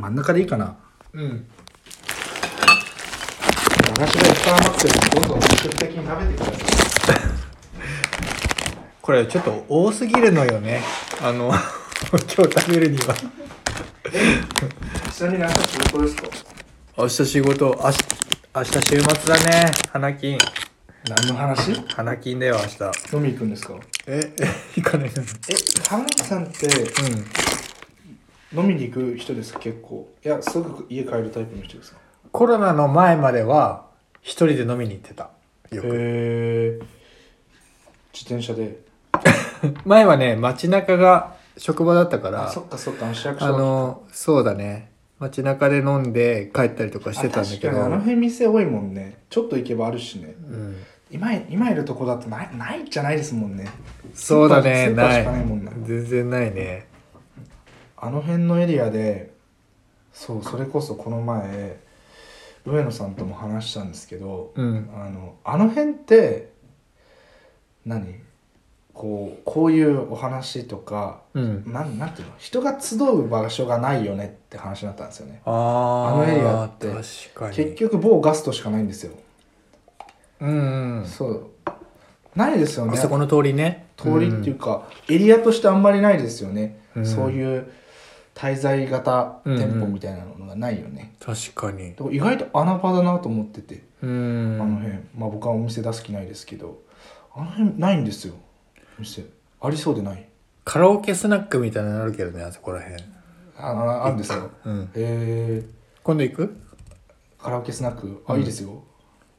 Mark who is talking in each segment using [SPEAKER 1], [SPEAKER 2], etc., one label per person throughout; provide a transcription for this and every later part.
[SPEAKER 1] 真ん中でいいかな
[SPEAKER 2] うん。駄菓子がいっぱい余ってるんで、どんどん積極的に食べてください。これちょっと多すぎるのよね。あの、 今日食べるには。
[SPEAKER 1] 下になんか仕事ですか
[SPEAKER 2] 明日仕事、明日、明日週末だね。花金。
[SPEAKER 1] 何の話
[SPEAKER 2] 花金だよ、明日。
[SPEAKER 1] 飲み行くんですか
[SPEAKER 2] え、え、行かないの
[SPEAKER 1] え浜口さんって
[SPEAKER 2] うん。
[SPEAKER 1] 飲みに行く人ですか結構いやすぐ家帰るタイプの人ですか
[SPEAKER 2] コロナの前までは、一人で飲みに行ってた。よく。
[SPEAKER 1] へえ自転車で
[SPEAKER 2] 前はね、街中が職場だったから。
[SPEAKER 1] あそっかそっかあの市役所
[SPEAKER 2] あの、そうだね。街中で飲んで帰ったりとかしてたんだけ
[SPEAKER 1] あ確かにあの
[SPEAKER 2] ど。
[SPEAKER 1] 辺店多いもんねちょっと行けばあるしね
[SPEAKER 2] うん、
[SPEAKER 1] 今今いるとこだとないないじゃないですもんね
[SPEAKER 2] そうだね、
[SPEAKER 1] スーパースーパ
[SPEAKER 2] な
[SPEAKER 1] ーしかない
[SPEAKER 2] い
[SPEAKER 1] もんな。
[SPEAKER 2] 全然ないね。
[SPEAKER 1] あの辺のエリアでそうそれこそこの前上野さんとも話したんですけど、
[SPEAKER 2] うん。
[SPEAKER 1] あのあの辺って何こうこういうお話とか
[SPEAKER 2] うん。
[SPEAKER 1] なんなんていうの人が集う場所がないよねって話になったんですよね
[SPEAKER 2] あ
[SPEAKER 1] あ
[SPEAKER 2] あ
[SPEAKER 1] のエリアって
[SPEAKER 2] 確かに。
[SPEAKER 1] 結局某ガストしかないんですよ、
[SPEAKER 2] うん、うん。
[SPEAKER 1] そうないですよね
[SPEAKER 2] あそこの通りね。
[SPEAKER 1] 通りっていうか、エリアとしてあんまりないですよね、
[SPEAKER 2] うん
[SPEAKER 1] そういう滞在型店舗みたいなのがないよね、
[SPEAKER 2] うん確かに。
[SPEAKER 1] だから意外と穴場だなと思ってて、あ
[SPEAKER 2] う
[SPEAKER 1] の
[SPEAKER 2] ん。
[SPEAKER 1] 辺まあ僕はお店出す気ないですけどあの辺ないんですよお店ありそうでない
[SPEAKER 2] カラオケスナックみたいなのあるけどね、あそこらへん。
[SPEAKER 1] あああるんですよ
[SPEAKER 2] うん。
[SPEAKER 1] へえ
[SPEAKER 2] 今度行く
[SPEAKER 1] カラオケスナックあ、
[SPEAKER 2] うん
[SPEAKER 1] いいですよ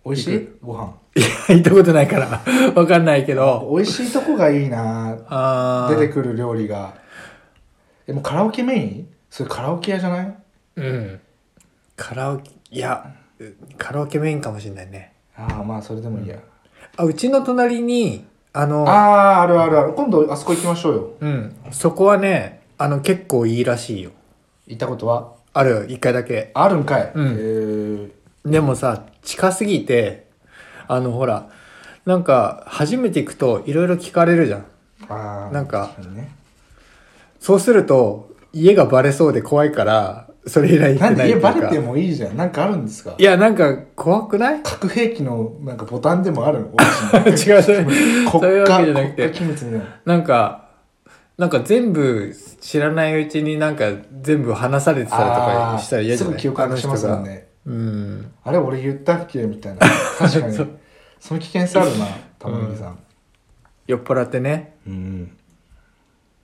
[SPEAKER 1] 美味し
[SPEAKER 2] 行
[SPEAKER 1] いご飯
[SPEAKER 2] いや、行ったことないから、わかんないけど。
[SPEAKER 1] 美味しいとこがいいな
[SPEAKER 2] ああ。
[SPEAKER 1] 出てくる料理がでもカラオケメインそれカラオケ屋じゃない
[SPEAKER 2] うん。カラオケ、いや、カラオケメインかもしれないね。
[SPEAKER 1] ああまあそれでもいいや、
[SPEAKER 2] あ、うちの隣に、あの、
[SPEAKER 1] ああーあるあるある今度あそこ行きましょうよ
[SPEAKER 2] うん、そこはね、あの、結構いいらしいよ。
[SPEAKER 1] 行ったことは
[SPEAKER 2] あるよ、一回だけ。
[SPEAKER 1] あるんかい、
[SPEAKER 2] うん
[SPEAKER 1] へえ
[SPEAKER 2] でもさ、近すぎて、あの、ほら、なんか、初めて行くと、いろいろ聞かれるじゃん。
[SPEAKER 1] ああ
[SPEAKER 2] なんか
[SPEAKER 1] 確にね
[SPEAKER 2] そうすると、家がバレそうで怖いから、それ以来行
[SPEAKER 1] な
[SPEAKER 2] って
[SPEAKER 1] ん
[SPEAKER 2] な
[SPEAKER 1] で
[SPEAKER 2] いっ
[SPEAKER 1] 家
[SPEAKER 2] ていうか。
[SPEAKER 1] バレてもいいじゃんなんかあるんですか
[SPEAKER 2] いや、なんか、怖 くない
[SPEAKER 1] 核兵器のなんかボタンでもある の国
[SPEAKER 2] 違う、そういう
[SPEAKER 1] 家
[SPEAKER 2] そういうわけじゃなく
[SPEAKER 1] 国家
[SPEAKER 2] て。
[SPEAKER 1] 機密みたいな
[SPEAKER 2] なんか、なんか全部知らないうちになんか全部話されてたりとかしたら嫌じゃない
[SPEAKER 1] あーすぐ記憶なくしますもんね
[SPEAKER 2] あの人がうん。
[SPEAKER 1] あれ俺言ったっけみたいな確かに
[SPEAKER 2] そ
[SPEAKER 1] そうの危険性あるな玉ねぎさん
[SPEAKER 2] 酔っ払ってね。
[SPEAKER 1] うん、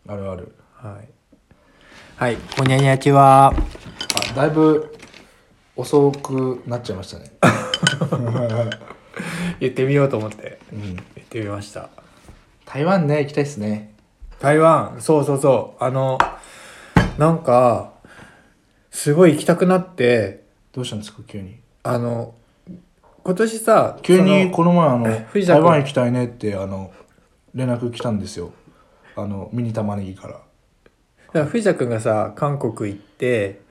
[SPEAKER 1] あるある
[SPEAKER 2] はい。はい。ほにゃにゃちは。
[SPEAKER 1] あだいぶ遅くなっちゃいま したね、
[SPEAKER 2] 言ってみようと思って。
[SPEAKER 1] うん、
[SPEAKER 2] 言ってみました。
[SPEAKER 1] 台湾ね行きたいっすね
[SPEAKER 2] 台湾、そうそうそう。あの、なんか、すごい行きたくなって、
[SPEAKER 1] どうしたんですか急に
[SPEAKER 2] あの、今年さ、
[SPEAKER 1] 急
[SPEAKER 2] そ
[SPEAKER 1] に
[SPEAKER 2] の
[SPEAKER 1] この前 あの
[SPEAKER 2] 藤田
[SPEAKER 1] 台
[SPEAKER 2] 君
[SPEAKER 1] 湾行きたいねってあの連絡来たんですよあのミニ玉ねぎから
[SPEAKER 2] だから藤田君がさ韓国行って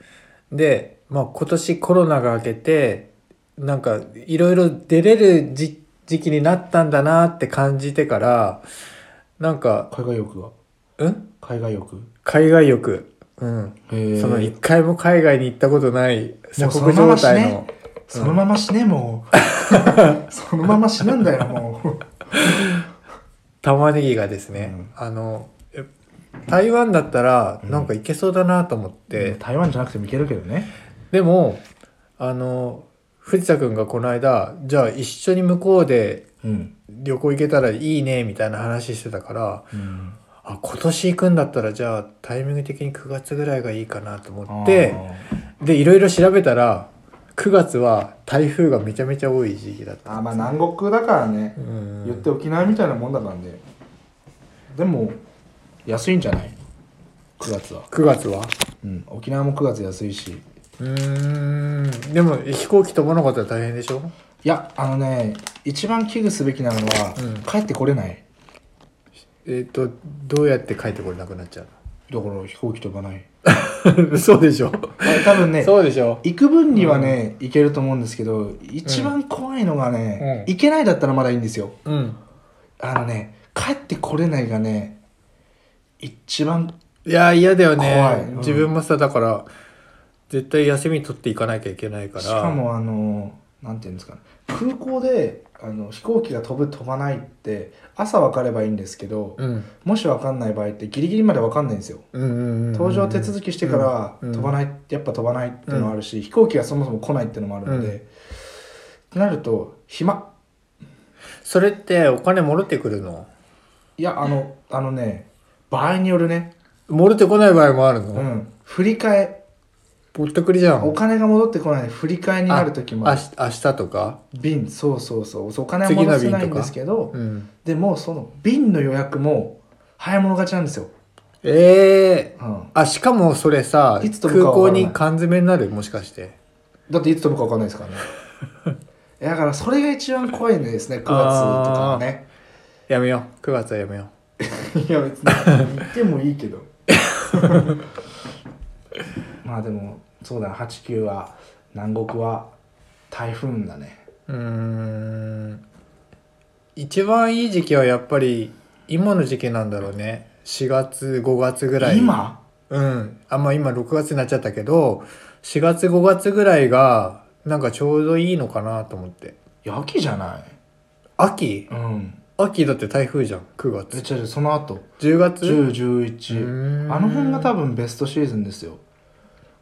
[SPEAKER 2] で、まあ、今年コロナが明けてなんかいろいろ出れる時時期になったんだなって感じてからなんか、
[SPEAKER 1] 海外欲が
[SPEAKER 2] うん、
[SPEAKER 1] 海外欲
[SPEAKER 2] 海外欲、うん、
[SPEAKER 1] へえ
[SPEAKER 2] その一回も海外に行ったことない
[SPEAKER 1] も
[SPEAKER 2] 鎖
[SPEAKER 1] うそ
[SPEAKER 2] 国
[SPEAKER 1] のまま
[SPEAKER 2] 状
[SPEAKER 1] 死
[SPEAKER 2] 態
[SPEAKER 1] ね
[SPEAKER 2] の。
[SPEAKER 1] そのまま死ね、も う。そのまま死ぬんだよ、もう。
[SPEAKER 2] 玉ねぎがですね、
[SPEAKER 1] うん
[SPEAKER 2] あのえ台湾だったらなんか行けそうだなと思って。
[SPEAKER 1] 台湾じゃなくても行けるけどね。
[SPEAKER 2] でもあの藤田君がこの間じゃあ一緒に向こうで
[SPEAKER 1] うん。
[SPEAKER 2] 旅行行けたらいいねみたいな話してたから
[SPEAKER 1] うん、
[SPEAKER 2] あ今年行くんだったらじゃあタイミング的に9月ぐらいがいいかなと思ってでいろいろ調べたら9月は台風がめちゃめちゃ多い時期だっ
[SPEAKER 1] あ
[SPEAKER 2] た
[SPEAKER 1] ー、あーまあ南国だからね
[SPEAKER 2] う。ん
[SPEAKER 1] 言って沖縄みたいなもんだからね。でも、安いんじゃない ?9 月は。
[SPEAKER 2] 9月は
[SPEAKER 1] うん。沖縄も9月安いし。いう
[SPEAKER 2] ーんでも飛行機飛ばなかったら大変でしょ
[SPEAKER 1] や、あのね、一番危惧すべきなのは、
[SPEAKER 2] うん
[SPEAKER 1] 帰ってこれない。
[SPEAKER 2] えっ、とどうやって帰ってこれなくなっちゃ
[SPEAKER 1] だから飛行機飛ば ない。
[SPEAKER 2] うのそうでしょ
[SPEAKER 1] あ多分ね、
[SPEAKER 2] そうでしょ
[SPEAKER 1] 行く分にはね、行けると思うんですけど一番怖いのがね、
[SPEAKER 2] うん
[SPEAKER 1] 行けないだったらまだいいんですよ
[SPEAKER 2] うん
[SPEAKER 1] あのね帰ってこれないがね一番
[SPEAKER 2] いや、嫌だよね。
[SPEAKER 1] 怖いうん
[SPEAKER 2] 自分もさ、だから、絶対休み取っていかなきゃいけないから
[SPEAKER 1] しかもあのなんていうんですかね空港であの飛行機が飛ぶ飛ばないって朝分かればいいんですけど、
[SPEAKER 2] うん
[SPEAKER 1] もし分かんない場合ってギリギリまで分かんないんですよ
[SPEAKER 2] うんうんうん
[SPEAKER 1] 搭乗手続きしてから
[SPEAKER 2] うん
[SPEAKER 1] 飛ばない、やっぱ飛ばないってのもあるし、飛行機がそもそも来ないってのもあるので、
[SPEAKER 2] うん
[SPEAKER 1] ってなると暇
[SPEAKER 2] それってお金戻ってくるの
[SPEAKER 1] いやあのあのね場合によるね、
[SPEAKER 2] 戻ってこない場合もあるの、
[SPEAKER 1] うん、振り替え
[SPEAKER 2] ぼったくりじゃん
[SPEAKER 1] お金が戻ってこない振り替えになる時も
[SPEAKER 2] あ明日とか
[SPEAKER 1] 便そうそうそうそうお金は戻せないんですけど
[SPEAKER 2] うん
[SPEAKER 1] でもその便の予約も早物勝ちなんですよ、
[SPEAKER 2] ええ
[SPEAKER 1] うん、
[SPEAKER 2] あしかもそれさ
[SPEAKER 1] いつ飛ぶ
[SPEAKER 2] 空
[SPEAKER 1] かわか
[SPEAKER 2] 港
[SPEAKER 1] らない
[SPEAKER 2] に缶詰になるもしかして
[SPEAKER 1] だっていつ飛ぶか分かんないですからね だからそれが一番怖いんですね9月とかはね
[SPEAKER 2] やめよう9月はやめよ
[SPEAKER 1] いや別に行ってもいいけど まあでもそうだな89は南国は台風だね
[SPEAKER 2] ううーん一番いい時期はやっぱり今の時期なんだろうね4月5月ぐらい
[SPEAKER 1] 今
[SPEAKER 2] うん。あんまあ今6月になっちゃったけど、4月5月ぐらいが、なんかちょうどいいのかなと思って。
[SPEAKER 1] いや秋じゃない
[SPEAKER 2] 秋
[SPEAKER 1] うん
[SPEAKER 2] 秋だって台風じゃん、9
[SPEAKER 1] え
[SPEAKER 2] 月。
[SPEAKER 1] 違う違うその後
[SPEAKER 2] 10月
[SPEAKER 1] 1011あの辺が多分
[SPEAKER 2] 分。
[SPEAKER 1] ベストシーズンですよ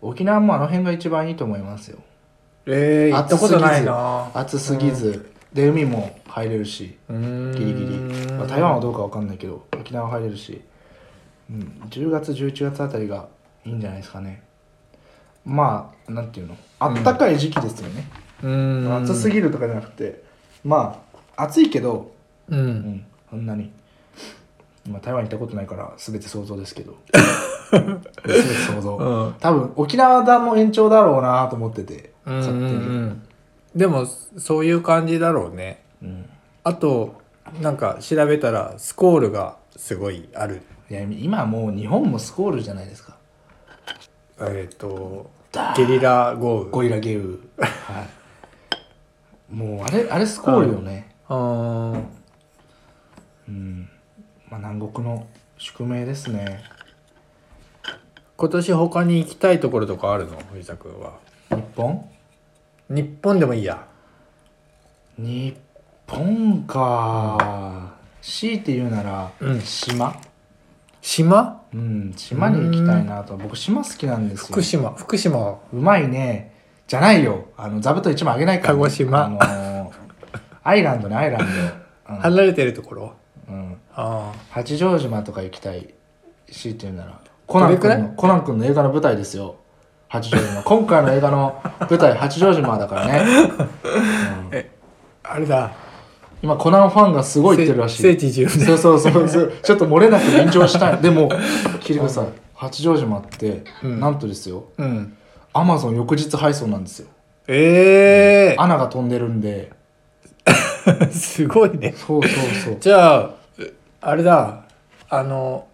[SPEAKER 1] 沖縄もあの辺が一番いいと思いますよ
[SPEAKER 2] えー、行ったことないな
[SPEAKER 1] 暑すぎず、で海も入れるし
[SPEAKER 2] うーん
[SPEAKER 1] ギリギリ、まあ、台湾はどうかわかんないけど沖縄入れるし、うん、10月11月あたりがいいんじゃないですかねまあなんていうのあったかい時期ですよね、
[SPEAKER 2] うーん。
[SPEAKER 1] 暑すぎるとかじゃなくてまあ暑いけど、う
[SPEAKER 2] う。
[SPEAKER 1] んん、そんなに、まあ、台湾行ったことないから全て想像ですけ ど全て想像、
[SPEAKER 2] うん。
[SPEAKER 1] 多分沖縄だの延長だろうなと思ってて
[SPEAKER 2] うんう
[SPEAKER 1] 勝手に、
[SPEAKER 2] ん。でも、そういう感じだろうね。
[SPEAKER 1] うん
[SPEAKER 2] あと、なんか調べたら、スコールがすごいある。
[SPEAKER 1] いや今もう日本もスコールじゃないですか
[SPEAKER 2] えっ、と
[SPEAKER 1] だ、
[SPEAKER 2] ゲリラ豪雨。
[SPEAKER 1] ゴリラゲウはいもうあれあれスコールよね
[SPEAKER 2] うーん。
[SPEAKER 1] うん、まあ、南国の宿命ですね
[SPEAKER 2] 今年他に行きたいところとかあるの藤田君は
[SPEAKER 1] 日本
[SPEAKER 2] 日本でもいいや
[SPEAKER 1] 日本か強いて言うなら、
[SPEAKER 2] うん
[SPEAKER 1] 島
[SPEAKER 2] 島
[SPEAKER 1] うん島に行きたいなと僕島好きなんですよ
[SPEAKER 2] 福島福島
[SPEAKER 1] うまいねじゃないよあの座布団一枚あげないから、ね、
[SPEAKER 2] 鹿児島
[SPEAKER 1] あのーアイランドねアイランド、
[SPEAKER 2] 離れてるところ
[SPEAKER 1] うんうん、
[SPEAKER 2] ああ
[SPEAKER 1] 八丈島とか行きたいしって言うならコナン
[SPEAKER 2] ど
[SPEAKER 1] 君
[SPEAKER 2] れくら
[SPEAKER 1] のコナン君の映画の舞台ですよ八丈 島今回の映画の舞台八丈島だからね、うん
[SPEAKER 2] あれだ
[SPEAKER 1] 今コナンファンがすごい言ってるらし
[SPEAKER 2] 聖聖
[SPEAKER 1] い
[SPEAKER 2] 地巡
[SPEAKER 1] そうそうそう そうちょっと漏れなく緊張した いでも聞いてください八丈島って、
[SPEAKER 2] うん
[SPEAKER 1] なんとですよ
[SPEAKER 2] 礼うん
[SPEAKER 1] アマゾン翌日配送なんですよ
[SPEAKER 2] ええ
[SPEAKER 1] 穴が飛んでるんで
[SPEAKER 2] すごいね
[SPEAKER 1] そうそうそう
[SPEAKER 2] じゃあうあれだあの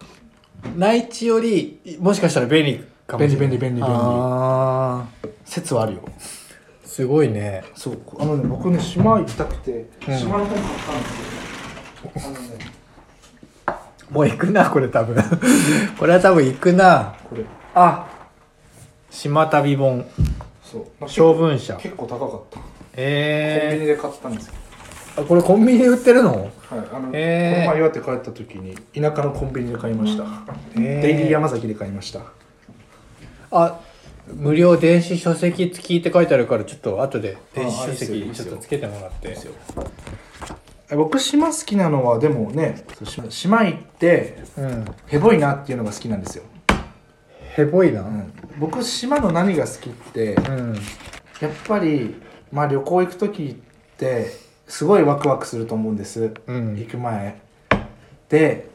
[SPEAKER 2] 内地よりもしかしたら便利かもしれない
[SPEAKER 1] 便利便利便利便利
[SPEAKER 2] ああ
[SPEAKER 1] 説はあるよ
[SPEAKER 2] すごいね
[SPEAKER 1] そうあのね僕ね島行きたくて、
[SPEAKER 2] うん
[SPEAKER 1] 島の本買ったんですよあのね
[SPEAKER 2] もう行くなこれ多分これは多分行くな
[SPEAKER 1] これ
[SPEAKER 2] あ島旅本
[SPEAKER 1] そう、まあ
[SPEAKER 2] 小文社
[SPEAKER 1] 結構高かったコンビニ
[SPEAKER 2] え
[SPEAKER 1] で買ったんですよ
[SPEAKER 2] ー、あこれコンビニで売ってるの
[SPEAKER 1] はいあの、
[SPEAKER 2] えー
[SPEAKER 1] この前岩手帰った時に田舎のコンビニで買いました、
[SPEAKER 2] えー
[SPEAKER 1] デイリー山崎で買いました
[SPEAKER 2] あ無料電子書籍付きって書いてあるからちょっと後で電子
[SPEAKER 1] ああい
[SPEAKER 2] 書
[SPEAKER 1] いっすよいい
[SPEAKER 2] 籍
[SPEAKER 1] っす
[SPEAKER 2] ちょ
[SPEAKER 1] よ
[SPEAKER 2] っとつけてもらって
[SPEAKER 1] え僕島好きなのはでもねそう島島行って
[SPEAKER 2] うん
[SPEAKER 1] ヘボいなっていうのが好きなんですよ、
[SPEAKER 2] ヘボいな
[SPEAKER 1] う
[SPEAKER 2] うん
[SPEAKER 1] ん、僕島の何が好きってやっぱりまあ旅行行く時ってすごいワクワクすると思うんです、
[SPEAKER 2] うん
[SPEAKER 1] 行く前で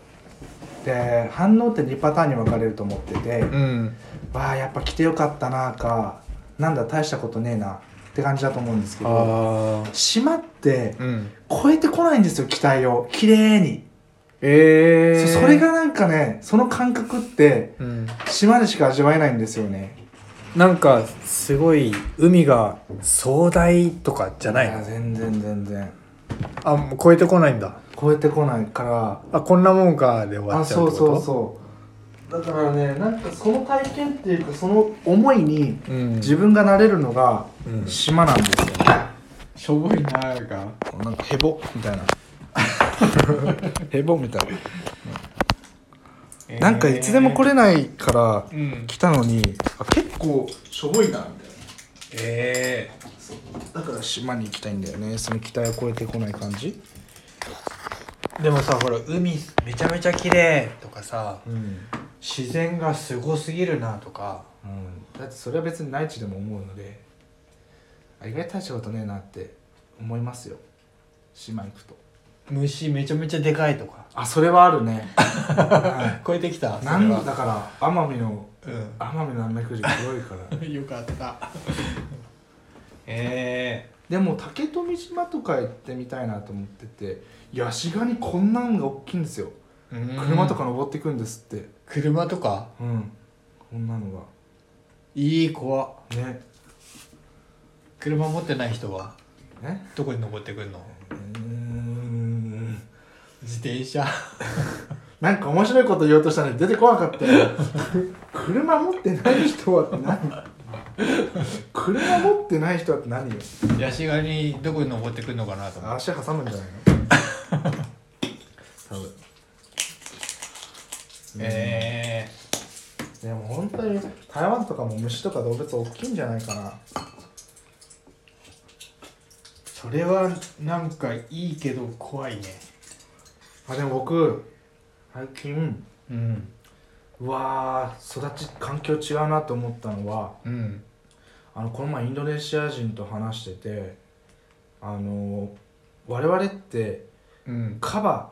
[SPEAKER 1] で反応って2パターンに分かれると思ってて、
[SPEAKER 2] うん
[SPEAKER 1] わあやっぱ来てよかったなかなんだ大したことねえなって感じだと思うんですけど
[SPEAKER 2] ああ
[SPEAKER 1] 島って
[SPEAKER 2] うん
[SPEAKER 1] 超えてこないんですよ期待を綺麗に、
[SPEAKER 2] ええー、
[SPEAKER 1] そそれがなんかねその感覚って
[SPEAKER 2] うん
[SPEAKER 1] 島でしか味わえないんですよね
[SPEAKER 2] なんかすごい海が壮大とかじゃない
[SPEAKER 1] や
[SPEAKER 2] の
[SPEAKER 1] 全然全然
[SPEAKER 2] あもう超えてこないんだ
[SPEAKER 1] 超えてこないから
[SPEAKER 2] あこんなもんかで終わ
[SPEAKER 1] あ
[SPEAKER 2] っちゃう
[SPEAKER 1] そ
[SPEAKER 2] っ
[SPEAKER 1] う
[SPEAKER 2] てこと
[SPEAKER 1] そうそうだからねなんかその体験っていうかその思いに
[SPEAKER 2] うん
[SPEAKER 1] 自分がなれるのが
[SPEAKER 2] うん
[SPEAKER 1] 島なんですよ、
[SPEAKER 2] しょぼいなーが
[SPEAKER 1] なんかヘボみ たいなヘボみたいな、なんかいつでも来れないから
[SPEAKER 2] うん
[SPEAKER 1] 来たのにあ結構しょぼいなみたいな
[SPEAKER 2] え
[SPEAKER 1] だから島に行きたいんだよねその期待を超えてこない感じ
[SPEAKER 2] ー、でもさほら海めちゃめちゃ綺麗とかさ
[SPEAKER 1] うん、
[SPEAKER 2] 自然がすごすぎるなとか
[SPEAKER 1] だってそれは別に内地でも思うのであ意外と大したことねえなって思いますよ島行くと
[SPEAKER 2] 虫めちゃめちゃでかいとか
[SPEAKER 1] あそれはあるねは
[SPEAKER 2] 超えてきた
[SPEAKER 1] い なん
[SPEAKER 2] そ
[SPEAKER 1] だだから奄美の
[SPEAKER 2] れは
[SPEAKER 1] 奄美の南くじ黒いから
[SPEAKER 2] うん よかったえ
[SPEAKER 1] でも竹富島とか行ってみたいなと思っててヤシガニこんなんが大きいんですよ
[SPEAKER 2] えー、
[SPEAKER 1] 車とか登ってくんですって
[SPEAKER 2] 車とか
[SPEAKER 1] うんこんなの
[SPEAKER 2] いい怖っ
[SPEAKER 1] がね
[SPEAKER 2] 車持ってない人は
[SPEAKER 1] ね
[SPEAKER 2] どこに登ってくんの
[SPEAKER 1] うーん
[SPEAKER 2] 自転 車
[SPEAKER 1] なんか面白いこと言おうとしたのに出てこなかったよ 車持ってない人はって何 車持ってない人はって何よ
[SPEAKER 2] ヤシガニどこに登ってくんのかなと思って
[SPEAKER 1] 足挟むんじゃないの多分
[SPEAKER 2] え
[SPEAKER 1] でも本当に台湾とかも虫とか動物大きいんじゃないかな
[SPEAKER 2] ー、それはなんかいいけど怖いね
[SPEAKER 1] あでも僕最近
[SPEAKER 2] うん
[SPEAKER 1] うわー育ち環境違うなと思ったのは
[SPEAKER 2] うん
[SPEAKER 1] あのこの前インドネシア人と話しててあの我々って
[SPEAKER 2] うん
[SPEAKER 1] カバ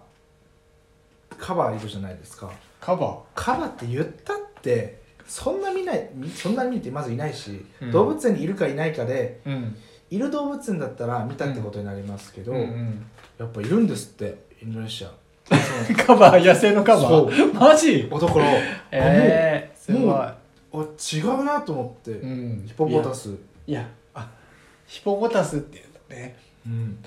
[SPEAKER 1] カバいるじゃないですか
[SPEAKER 2] カバ
[SPEAKER 1] カバって言ったってそんな見ないみそんな見るってまずいないし、
[SPEAKER 2] うん
[SPEAKER 1] 動物園にいるかいないかで
[SPEAKER 2] ーうん
[SPEAKER 1] いる動物園だったら見たってことになりますけど、
[SPEAKER 2] うん
[SPEAKER 1] やっぱいるんですってインドネシ ア
[SPEAKER 2] うん、カバー野生のカバ
[SPEAKER 1] そ
[SPEAKER 2] ーマジ
[SPEAKER 1] おだから
[SPEAKER 2] ええー、す
[SPEAKER 1] もう
[SPEAKER 2] ごい
[SPEAKER 1] あ違うなと思って、
[SPEAKER 2] ん
[SPEAKER 1] ヒポポタス
[SPEAKER 2] いやあヒポポタスっていうんだね
[SPEAKER 1] うん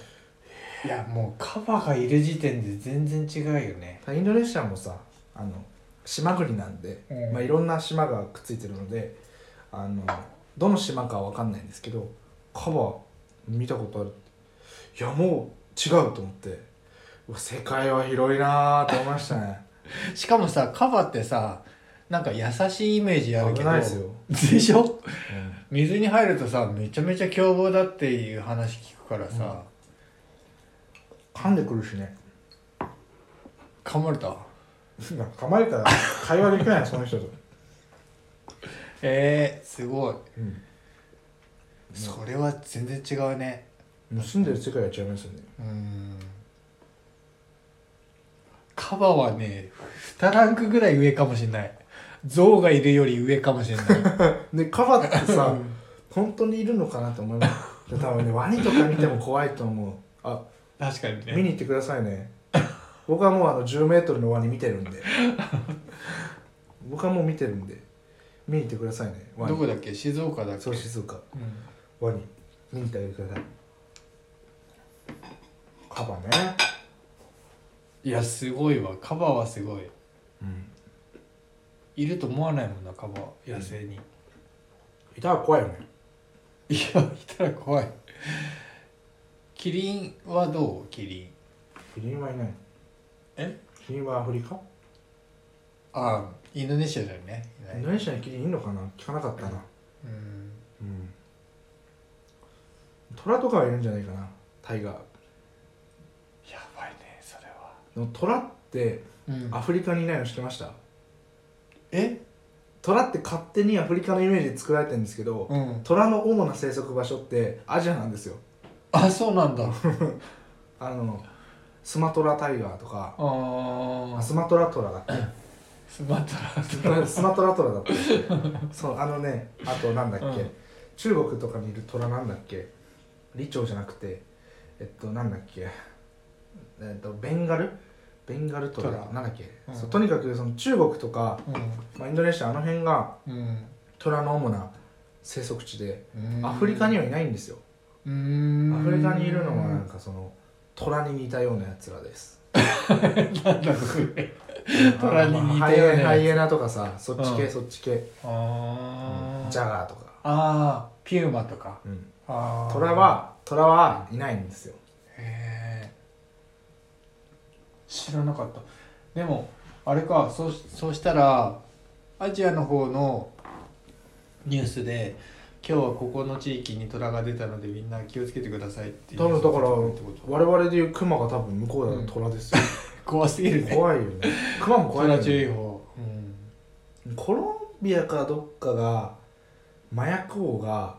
[SPEAKER 2] いやもうカバーがいる時点で全然違うよね
[SPEAKER 1] インドネシアもさあの島国なんで、
[SPEAKER 2] うん
[SPEAKER 1] まあ、いろんな島がくっついてるのであのどの島かは分かんないんですけどカバー見たことあるいやもう違うと思ってうわ世界は広いなーと思いましたね
[SPEAKER 2] しかもさカバーってさなんか優しいイメージあるけど
[SPEAKER 1] 危ないですよ、
[SPEAKER 2] でしょ水に入るとさめちゃめちゃ凶暴だっていう話聞くからさ、
[SPEAKER 1] 噛んでくるしね
[SPEAKER 2] 噛まれた
[SPEAKER 1] なんか噛まれたら会話できないその人と、
[SPEAKER 2] えー、すごい、
[SPEAKER 1] うん、
[SPEAKER 2] それは全然違うね
[SPEAKER 1] 住んでる世界は違いますよね
[SPEAKER 2] うんカバはね2ランクぐらい上かもしんない象がいるより上かもしんない
[SPEAKER 1] でカバってさ本当にいるのかなと思いますで多分ねワニとか見ても怖いと思うあ
[SPEAKER 2] 確かに
[SPEAKER 1] 見に行ってくださいね僕はもうあの1 0ルのワニ見てるんで僕はもう見てるんで見に行ってくださいねワニ
[SPEAKER 2] どこだっけ静岡だっけ
[SPEAKER 1] そう静岡
[SPEAKER 2] うん
[SPEAKER 1] ワニ見に行ってあげてくださいカバね
[SPEAKER 2] いやすごいわカバはすごい
[SPEAKER 1] うん
[SPEAKER 2] いると思わないもんなカバ野生に、
[SPEAKER 1] いたら怖いよね
[SPEAKER 2] いやいたら怖いキリンはどうキリン
[SPEAKER 1] キリンはいない
[SPEAKER 2] え
[SPEAKER 1] キリンはアフリカ
[SPEAKER 2] あインドネシアだよね
[SPEAKER 1] インドネシアにキリンいるのかな聞かなかったな
[SPEAKER 2] うん
[SPEAKER 1] うん虎とかはいるんじゃないかなタイガー
[SPEAKER 2] やばいねそれは、
[SPEAKER 1] でも虎って
[SPEAKER 2] うん
[SPEAKER 1] アフリカにいないの知ってました
[SPEAKER 2] え
[SPEAKER 1] 虎って勝手にアフリカのイメージで作られてるんですけど、
[SPEAKER 2] うん
[SPEAKER 1] 虎の主な生息場所ってアジアなんですよ
[SPEAKER 2] あそうな んだ
[SPEAKER 1] あのスマトラタイガーとか
[SPEAKER 2] あ
[SPEAKER 1] あ
[SPEAKER 2] あ
[SPEAKER 1] スマトラトラだっ
[SPEAKER 2] スマトラ
[SPEAKER 1] け スマトラトラだっけそうあのねあとなんだっけ、
[SPEAKER 2] うん
[SPEAKER 1] 中国とかにいる虎なんだっけ李朝じゃなくてえっとなんだっけえっとベンガルベンガルトラ
[SPEAKER 2] 虎
[SPEAKER 1] なんだっけ、
[SPEAKER 2] うん
[SPEAKER 1] そうとにかくその中国とか、まあ、インドネシアあの辺が
[SPEAKER 2] うん、
[SPEAKER 1] 虎の主な生息地で
[SPEAKER 2] うん、
[SPEAKER 1] アフリカにはいないんですよ
[SPEAKER 2] うん
[SPEAKER 1] アフリカにいるのはなんかその虎に似たようなやつらです
[SPEAKER 2] なんだろうね虎に似てるね
[SPEAKER 1] ハイエナハイエナとかさそっち系、
[SPEAKER 2] うん
[SPEAKER 1] そっち系
[SPEAKER 2] あ
[SPEAKER 1] ジ
[SPEAKER 2] ゃ
[SPEAKER 1] ャガーとか、
[SPEAKER 2] あーピューマとか
[SPEAKER 1] うん、
[SPEAKER 2] あー
[SPEAKER 1] 虎は虎はいないんですよ
[SPEAKER 2] へえ知らなかったでもあれかそうそうしたらアジアの方のニュースで今日はここの地域に虎が出たのでみんな気をつけてくださいっていう
[SPEAKER 1] 多分だから
[SPEAKER 2] ニュースが出てるってこ
[SPEAKER 1] 我々でいうクマが多分向こうだ
[SPEAKER 2] うん
[SPEAKER 1] と虎ですよ、
[SPEAKER 2] と怖すぎるね
[SPEAKER 1] 怖いよねクマも怖いよ
[SPEAKER 2] 虎注意
[SPEAKER 1] ね
[SPEAKER 2] 報、うん、
[SPEAKER 1] コロンビアかどっかが麻薬王が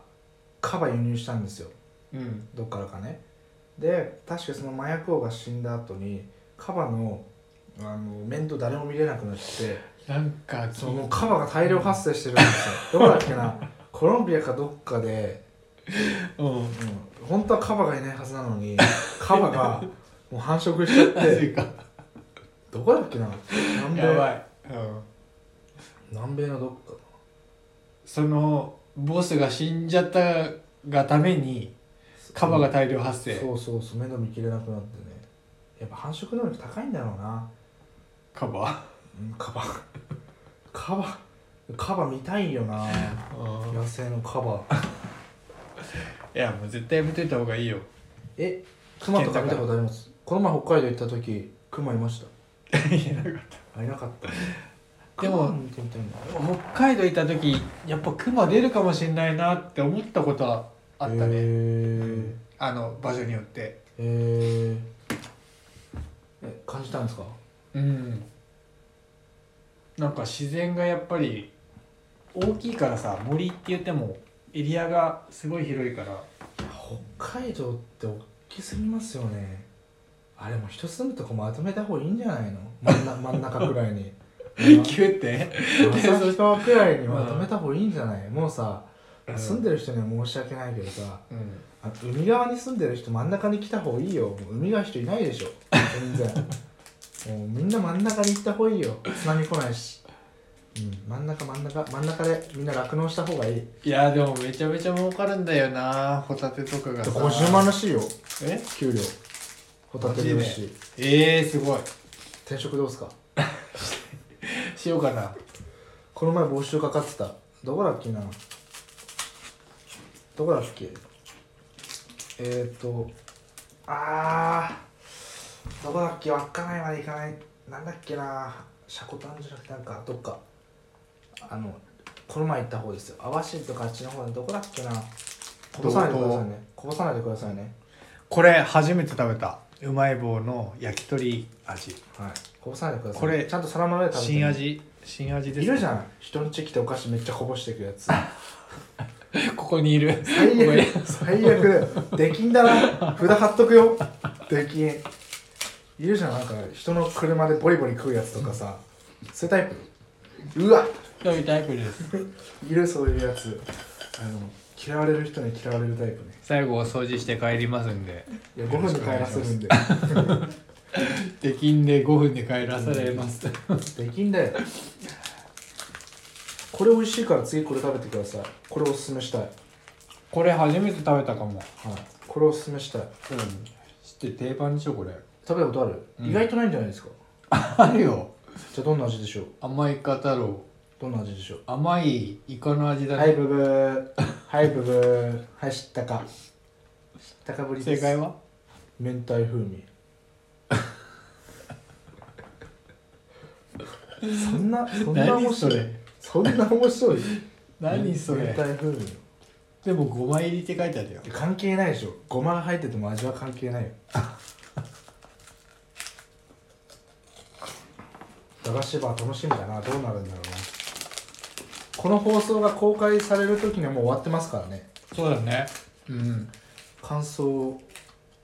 [SPEAKER 1] カバ輸入したんですよ
[SPEAKER 2] うん、
[SPEAKER 1] どっからかねで確かその麻薬王が死んだ後にカバのあの面倒誰も見れなくなって
[SPEAKER 2] なんか
[SPEAKER 1] そのカバが大量発生してるん ですよどこだっけなコロンビアかどっかで、
[SPEAKER 2] うん
[SPEAKER 1] うん、本当はカバがいないはずなのにカバがもう繁殖しちゃっ
[SPEAKER 2] マ
[SPEAKER 1] て
[SPEAKER 2] ジか
[SPEAKER 1] どこだっけな南
[SPEAKER 2] やば
[SPEAKER 1] 米
[SPEAKER 2] い、うん、
[SPEAKER 1] 南米のどっか
[SPEAKER 2] そのボスが死んじゃったがためにカバが大量発生、
[SPEAKER 1] そうそうそう目の見切れなくなってねやっぱ繁殖能力高いんだろうな、
[SPEAKER 2] カバ
[SPEAKER 1] うん、カバカバカバ見たいよ な
[SPEAKER 2] うん
[SPEAKER 1] 野生のカバ
[SPEAKER 2] いやもう絶対やめといた方がいいよ
[SPEAKER 1] えクマとか見たことありますこの前北海道行った時クマいましたあいなかった
[SPEAKER 2] でも
[SPEAKER 1] 熊見てみたいな
[SPEAKER 2] 北海道行った時やっぱクマ出るかもしれないなって思ったことはあった
[SPEAKER 1] へ
[SPEAKER 2] ね、
[SPEAKER 1] ー
[SPEAKER 2] あの場所によって
[SPEAKER 1] へーえ感じたんですか
[SPEAKER 2] うんなんか自然がやっぱり大きいからさ森って言ってもエリアがすごい広いから
[SPEAKER 1] 北海道って大きすぎますよねあれも人住むとこまとめた方がいいんじゃないの真 んな真ん中くらいに
[SPEAKER 2] 急って
[SPEAKER 1] 旭川くらいにまとめた方がいいんじゃないもうさ住んでる人には申し訳ないけどさ
[SPEAKER 2] うん
[SPEAKER 1] あ海側に住んでる人真ん中に来た方がいいよもう海側人いないでしょ全 然もうみんな真ん中に行った方がいいよ津波来ないし、うん、真ん中真ん中真ん中でみんな酪農した方がいい
[SPEAKER 2] いやでもめちゃめちゃ儲かるんだよなホタテとかがさ
[SPEAKER 1] 50万らしいよ
[SPEAKER 2] え
[SPEAKER 1] 給料ホタテ漁
[SPEAKER 2] マ
[SPEAKER 1] 師、
[SPEAKER 2] ジえー、すごい
[SPEAKER 1] 転職どうすか
[SPEAKER 2] しようかな
[SPEAKER 1] この前募集かかってたどこだっけなどこだっけえー、っとあーどこだっけ稚内まで行かないなんだっけなシャコタンじゃなくてなんかどっかあのこの前行った方ですよ網走とかあっちの方でどこだっけなこぼさないでくださいねこぼさないでくださいね
[SPEAKER 2] これ初めて食べたうまい棒の焼き鳥味
[SPEAKER 1] はいこぼさないでください
[SPEAKER 2] これ
[SPEAKER 1] ちゃんと皿の上で食べてね
[SPEAKER 2] 新味新味です
[SPEAKER 1] いるじ
[SPEAKER 2] ん
[SPEAKER 1] ゃん人の家来てお菓子めっちゃこぼしていくやつ
[SPEAKER 2] こ こにいる
[SPEAKER 1] 最
[SPEAKER 2] ごめん
[SPEAKER 1] 悪最悪だよ出禁だな札貼っとくよ出禁いるじゃんなんか人の車でボリボリ食うやつとかさそういうタイプうわ
[SPEAKER 2] そういうタイプです
[SPEAKER 1] いるそういうやつあの嫌われる人に嫌われるタイプね
[SPEAKER 2] 最後お掃除して帰りますんで
[SPEAKER 1] いや5分で帰らせるんで
[SPEAKER 2] 出禁で5分で帰らされます
[SPEAKER 1] 出禁だよこれ美味しいから次これ食べてくださいこれおすすめしたい、はい、
[SPEAKER 2] これ初めて食べたかも
[SPEAKER 1] これおすすめしたい
[SPEAKER 2] うん知って定番でしょこれ
[SPEAKER 1] 食べたことある、
[SPEAKER 2] うん
[SPEAKER 1] 意外とないんじゃないですか
[SPEAKER 2] あるよ
[SPEAKER 1] じゃあどんな味でしょう
[SPEAKER 2] 甘いか太郎
[SPEAKER 1] どんな味でしょう
[SPEAKER 2] 甘いイカの味だね、
[SPEAKER 1] はいブブーはいブブーはい知ったか知ったかぶりで
[SPEAKER 2] 正
[SPEAKER 1] す
[SPEAKER 2] 解は
[SPEAKER 1] 明太風味そんなそんな面
[SPEAKER 2] 何そ
[SPEAKER 1] 白い
[SPEAKER 2] れ
[SPEAKER 1] そんな面白い
[SPEAKER 2] 何そ
[SPEAKER 1] 明
[SPEAKER 2] れ
[SPEAKER 1] 太風味
[SPEAKER 2] でも5枚入りって書いてあるよ
[SPEAKER 1] 関係ないでしょごまが入ってても味は関係ないよ駄菓子バー楽しみだなどうなるんだろうなこの放送が公開される時にはもう終わってますからね
[SPEAKER 2] そうだねうん
[SPEAKER 1] 感想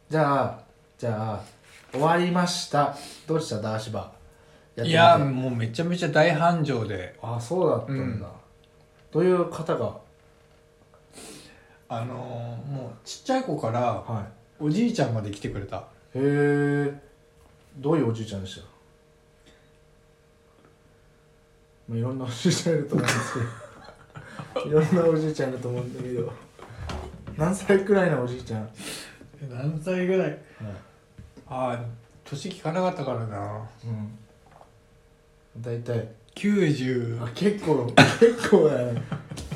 [SPEAKER 1] じゃあじゃあ終わりましたどうでしたダーシバー
[SPEAKER 2] いや
[SPEAKER 1] ってみて
[SPEAKER 2] もうめちゃめちゃ大繁盛で
[SPEAKER 1] あそうだったんだ、どういう方が
[SPEAKER 2] あのーもうちっちゃい子から
[SPEAKER 1] は
[SPEAKER 2] おじいちゃんまで来てくれた
[SPEAKER 1] いへえどういうおじいちゃんでしたまあいろんなおじいちゃんいると思うんですけ どいろんなおじいちゃんいると思うんだけど何歳くらいのおじいちゃん、はい、
[SPEAKER 2] 何歳ぐらいああ年聞かなかったからな
[SPEAKER 1] うん大体
[SPEAKER 2] 90
[SPEAKER 1] あ結構結構だね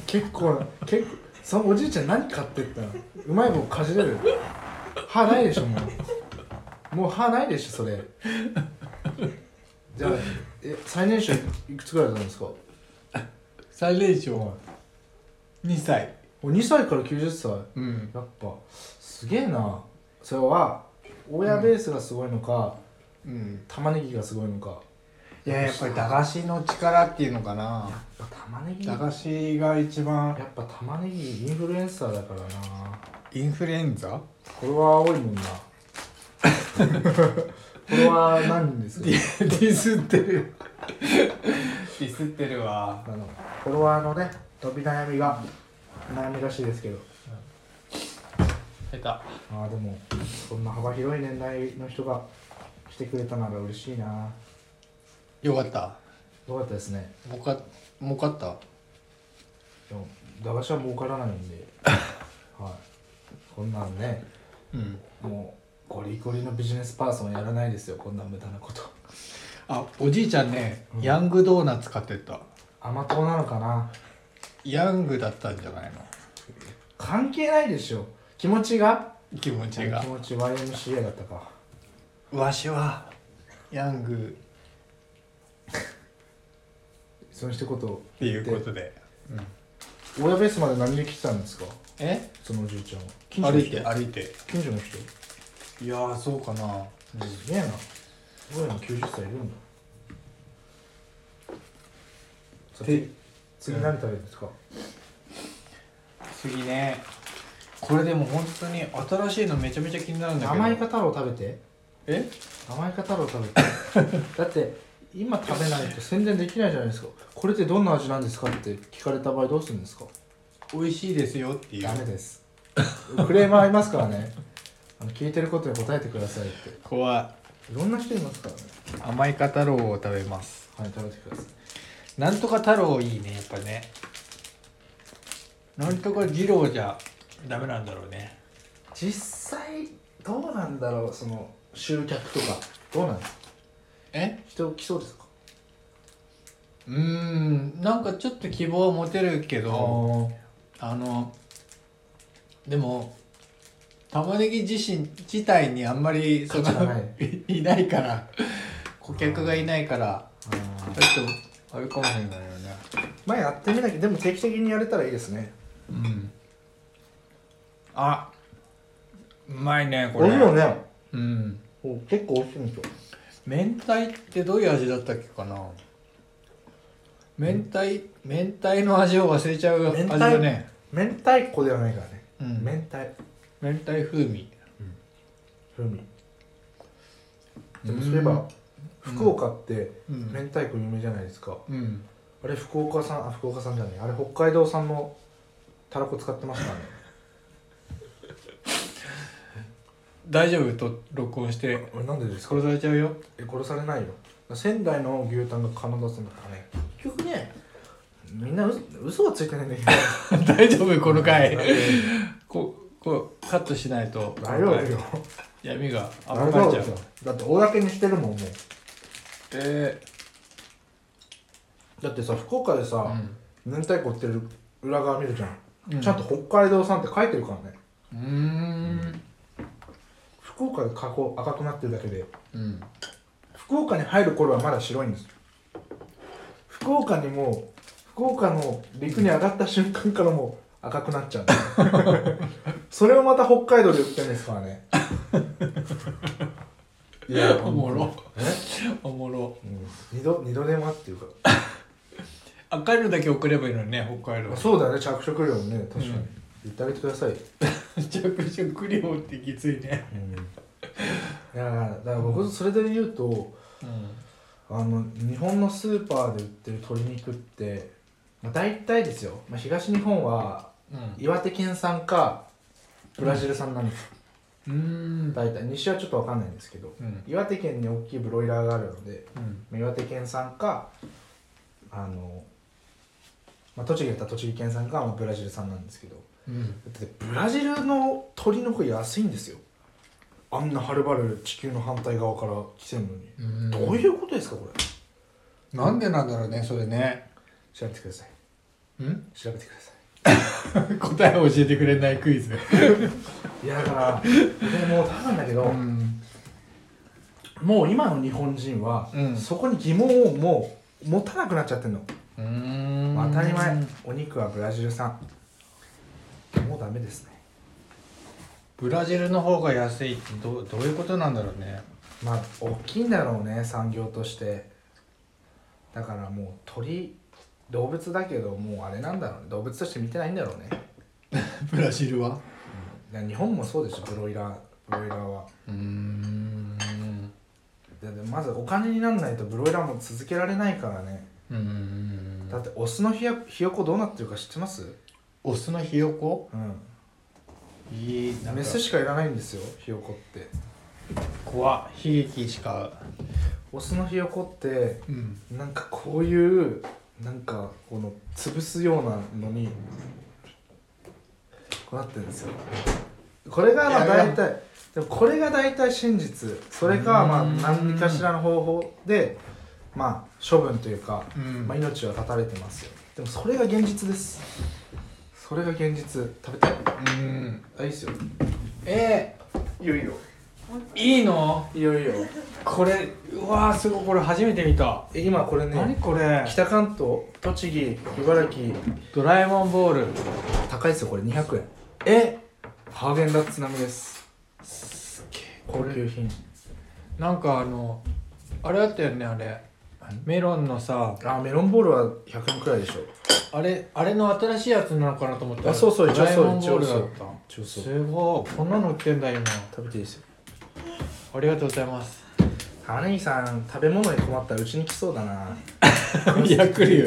[SPEAKER 1] 結構な結構そのおじいちゃん何買ってったのうまい棒かじれる歯ないでしょもうもう歯ないでしょそれじゃあえ最年少いくつぐらいだったんですか
[SPEAKER 2] 最年少は2歳
[SPEAKER 1] お2歳から90歳
[SPEAKER 2] うん
[SPEAKER 1] やっぱすげえなそれは親ベースがすごいのか、
[SPEAKER 2] うん
[SPEAKER 1] 玉ねぎがすごいのか
[SPEAKER 2] いややっぱり駄菓子の力っていうのかな
[SPEAKER 1] やっぱ玉ねぎ
[SPEAKER 2] 駄
[SPEAKER 1] やっ
[SPEAKER 2] 菓子が一番
[SPEAKER 1] ぱ玉ねぎインフルエンサーだからな
[SPEAKER 2] インフルエンザ
[SPEAKER 1] これは多いもんな これは何ですか
[SPEAKER 2] ディディスってるディスってるわ
[SPEAKER 1] あのフォロワーのね飛び悩みが悩みらしいですけど
[SPEAKER 2] 下
[SPEAKER 1] ああでもそんな幅広い年代の人がしてくれたなら嬉しいな
[SPEAKER 2] 手よかった
[SPEAKER 1] よかったですね
[SPEAKER 2] もか儲かった
[SPEAKER 1] でも駄菓子は儲からないんで はいこんなんね
[SPEAKER 2] うん
[SPEAKER 1] もうゴリゴリのビジネスパーソンやらないですよこんな無駄なこと
[SPEAKER 2] あおじいちゃんね、
[SPEAKER 1] うん
[SPEAKER 2] ヤングドーナツ買ってった
[SPEAKER 1] 甘党なのかな
[SPEAKER 2] ヤングだったんじゃないの
[SPEAKER 1] 関係ないでしょ気持ちが
[SPEAKER 2] 気持ちが
[SPEAKER 1] 気持ち YMCA だったか
[SPEAKER 2] わしはヤング
[SPEAKER 1] その一
[SPEAKER 2] っ
[SPEAKER 1] 言
[SPEAKER 2] ていうことで、うん、
[SPEAKER 1] 親ベースまで何で来てたんですか
[SPEAKER 2] え
[SPEAKER 1] そのおじいちゃんは近所の
[SPEAKER 2] 歩い
[SPEAKER 1] 人
[SPEAKER 2] て歩いて
[SPEAKER 1] 近所の人
[SPEAKER 2] いやーそうかな
[SPEAKER 1] すげえな俺らも90歳いるんださ
[SPEAKER 2] て
[SPEAKER 1] て次何食べるんですか、
[SPEAKER 2] 次ねこれでも本当に新しいのめちゃめちゃ気になるんだけど
[SPEAKER 1] 甘いか太郎食べて
[SPEAKER 2] え
[SPEAKER 1] 甘いか太郎食べて だって今食べないと宣伝できないじゃないですかこれってどんな味なんですかって聞かれた場合どうするんですか
[SPEAKER 2] 美味しいですよっていう
[SPEAKER 1] ダメですクレーマーありますからねあの聞いてることに答えてくださいってい
[SPEAKER 2] 怖い
[SPEAKER 1] ろんな人いますからね
[SPEAKER 2] 甘いか太郎を食べます
[SPEAKER 1] はい食べてください
[SPEAKER 2] なんとか太郎いいねやっぱねなんとか二郎じゃダメなんだろうね
[SPEAKER 1] 実際どうなんだろうその集客とかどうなんですか
[SPEAKER 2] え
[SPEAKER 1] 人来そうですか
[SPEAKER 2] うーんなんかちょっと希望は持てるけどあのでも玉ねぎ自身自体にあんまりその
[SPEAKER 1] 価値がない
[SPEAKER 2] いないから顧客がいないから
[SPEAKER 1] あー
[SPEAKER 2] ちょっとあれかもしれないよね
[SPEAKER 1] まあやってみなきゃでも定期的にやれたらいいですね
[SPEAKER 2] うんあうまいねこ
[SPEAKER 1] 美
[SPEAKER 2] れ
[SPEAKER 1] 味しいよね
[SPEAKER 2] うん
[SPEAKER 1] うん結構美味しいんですよ
[SPEAKER 2] 明太ってどういう味だったっけかな明太明太の味を忘れちゃう味だね
[SPEAKER 1] 明太子ではないからね、
[SPEAKER 2] うん
[SPEAKER 1] 明太
[SPEAKER 2] 明太風味
[SPEAKER 1] 風味でもそういえば、
[SPEAKER 2] うん
[SPEAKER 1] 福岡って
[SPEAKER 2] うん
[SPEAKER 1] 明太子有名じゃないですか、
[SPEAKER 2] うん
[SPEAKER 1] あれ福岡産あ福岡産じゃないあれ北海道産のたらこ使ってますからね
[SPEAKER 2] 大丈夫と録音して
[SPEAKER 1] あれなんでですか
[SPEAKER 2] 殺されちゃうよ
[SPEAKER 1] え殺されないよ仙台の牛タンがカナダ産だからね結局ねみんな嘘嘘はついてないんだけど
[SPEAKER 2] 大丈夫 この回ここうカットしないと
[SPEAKER 1] 大丈夫ですよ
[SPEAKER 2] 闇が
[SPEAKER 1] 大
[SPEAKER 2] 暴か
[SPEAKER 1] 丈
[SPEAKER 2] れ
[SPEAKER 1] 夫
[SPEAKER 2] ち
[SPEAKER 1] で
[SPEAKER 2] ゃう
[SPEAKER 1] すよだって大竹にしてるもんもう
[SPEAKER 2] え
[SPEAKER 1] だってさ福岡で
[SPEAKER 2] ー
[SPEAKER 1] さ、明太子売ってる裏側見るじゃん、
[SPEAKER 2] うん
[SPEAKER 1] ちゃんと北海道産って書いてるからね
[SPEAKER 2] うーん
[SPEAKER 1] 福岡で加工赤くなってるだけで
[SPEAKER 2] うん
[SPEAKER 1] 福岡に入る頃はまだ白いんですよ福岡にもう福岡の陸に上がった瞬間からもう赤くなっちゃうん ですそれをまた北海道で売ってるんですからねいや
[SPEAKER 2] おもろ
[SPEAKER 1] え、
[SPEAKER 2] おもろ
[SPEAKER 1] うん、二度二度手間っていうか
[SPEAKER 2] 赤いのだけ送ればいいのにね北海道
[SPEAKER 1] あそうだよね着色料ね確かに、
[SPEAKER 2] うん
[SPEAKER 1] 言ってあげてください、うん、い
[SPEAKER 2] 着色料ってきついね
[SPEAKER 1] やだから僕それで言うと、
[SPEAKER 2] う
[SPEAKER 1] あの日本のスーパーで売ってる鶏肉って、まあ、大体ですよ、まあ、東日本は
[SPEAKER 2] んう
[SPEAKER 1] 岩手県産かブラジル産なんです、
[SPEAKER 2] ん
[SPEAKER 1] 大体西はちょっと分かんないんですけど
[SPEAKER 2] うん
[SPEAKER 1] 岩手県に大きいブロイラーがあるので、
[SPEAKER 2] うん
[SPEAKER 1] まあ、岩手県産かあの、まあ、栃木だったら栃木県産か、まあ、ブラジル産なんですけど
[SPEAKER 2] うん
[SPEAKER 1] だってブラジルの鶏の方が安いんですよあんなはるばる地球の反対側から来てるのに、
[SPEAKER 2] うん
[SPEAKER 1] どういうことですかこれ
[SPEAKER 2] なんでなんだろうねそれね
[SPEAKER 1] 調べてください
[SPEAKER 2] ん
[SPEAKER 1] 調べてくださ
[SPEAKER 2] 答えを教えてくれないクイズ
[SPEAKER 1] いいやだからでもう多分だけど、
[SPEAKER 2] うん
[SPEAKER 1] もう今の日本人は、
[SPEAKER 2] うん
[SPEAKER 1] そこに疑問をもう持たなくなっちゃってんの、
[SPEAKER 2] うん
[SPEAKER 1] 当たり前お肉はブラジル産もうダメですね
[SPEAKER 2] ブラジルの方が安いってどうどういうことなんだろうね
[SPEAKER 1] まあ大きいんだろうね産業としてだからもう鳥動物だけどもうあれなんだろうね動物として見てないんだろうね
[SPEAKER 2] ブラジルは
[SPEAKER 1] だから日本もそうでしょブロイラーブロイラーは
[SPEAKER 2] うん
[SPEAKER 1] だってまずお金にならないとブロイラーも続けられないからね
[SPEAKER 2] うん
[SPEAKER 1] だってオスのひよひよこどうなってるか知ってます
[SPEAKER 2] オスのひよこ
[SPEAKER 1] うん
[SPEAKER 2] いいなんか
[SPEAKER 1] メスしかいらないんですよひよこって
[SPEAKER 2] 怖っ悲劇しか
[SPEAKER 1] オスのひよこって
[SPEAKER 2] うん
[SPEAKER 1] なんかこういうなんかこの潰すようなのにこうなってるんですよこれがまあ
[SPEAKER 2] いやい
[SPEAKER 1] 大
[SPEAKER 2] や
[SPEAKER 1] 体でもこれが大体真実それかまあ
[SPEAKER 2] うん
[SPEAKER 1] 何かしらの方法でまあ処分というか、
[SPEAKER 2] うん
[SPEAKER 1] まあ、命は絶たれてますよでもそれが現実ですそれが現実食べたい
[SPEAKER 2] うん
[SPEAKER 1] あいいっすよ
[SPEAKER 2] え
[SPEAKER 1] いいよいいよ
[SPEAKER 2] ー、いいの
[SPEAKER 1] いいよいいよ
[SPEAKER 2] これうわーすごいこれ初めて見た、
[SPEAKER 1] え今これ
[SPEAKER 2] 何
[SPEAKER 1] ね
[SPEAKER 2] これ
[SPEAKER 1] 北関東栃木茨城
[SPEAKER 2] ドラえもんボール
[SPEAKER 1] 高いですよこれ200円
[SPEAKER 2] え
[SPEAKER 1] ハーゲンダッツ並みです高級品
[SPEAKER 2] なんかあのあれあったよねあれメロンのさ
[SPEAKER 1] あメロンボールは100円くらいでしょ
[SPEAKER 2] あれあれの新しいやつなのかなと思ったら
[SPEAKER 1] あそうそう一
[SPEAKER 2] ド
[SPEAKER 1] 応
[SPEAKER 2] ラえ
[SPEAKER 1] そう
[SPEAKER 2] もんボールだ
[SPEAKER 1] 一
[SPEAKER 2] っ
[SPEAKER 1] 応
[SPEAKER 2] た
[SPEAKER 1] そう
[SPEAKER 2] すごいこんなの売ってんだ今
[SPEAKER 1] 食べていいですよ
[SPEAKER 2] ありがとうございます
[SPEAKER 1] 花木さん食べ物に困ったらうちに来そうだない
[SPEAKER 2] や来るよ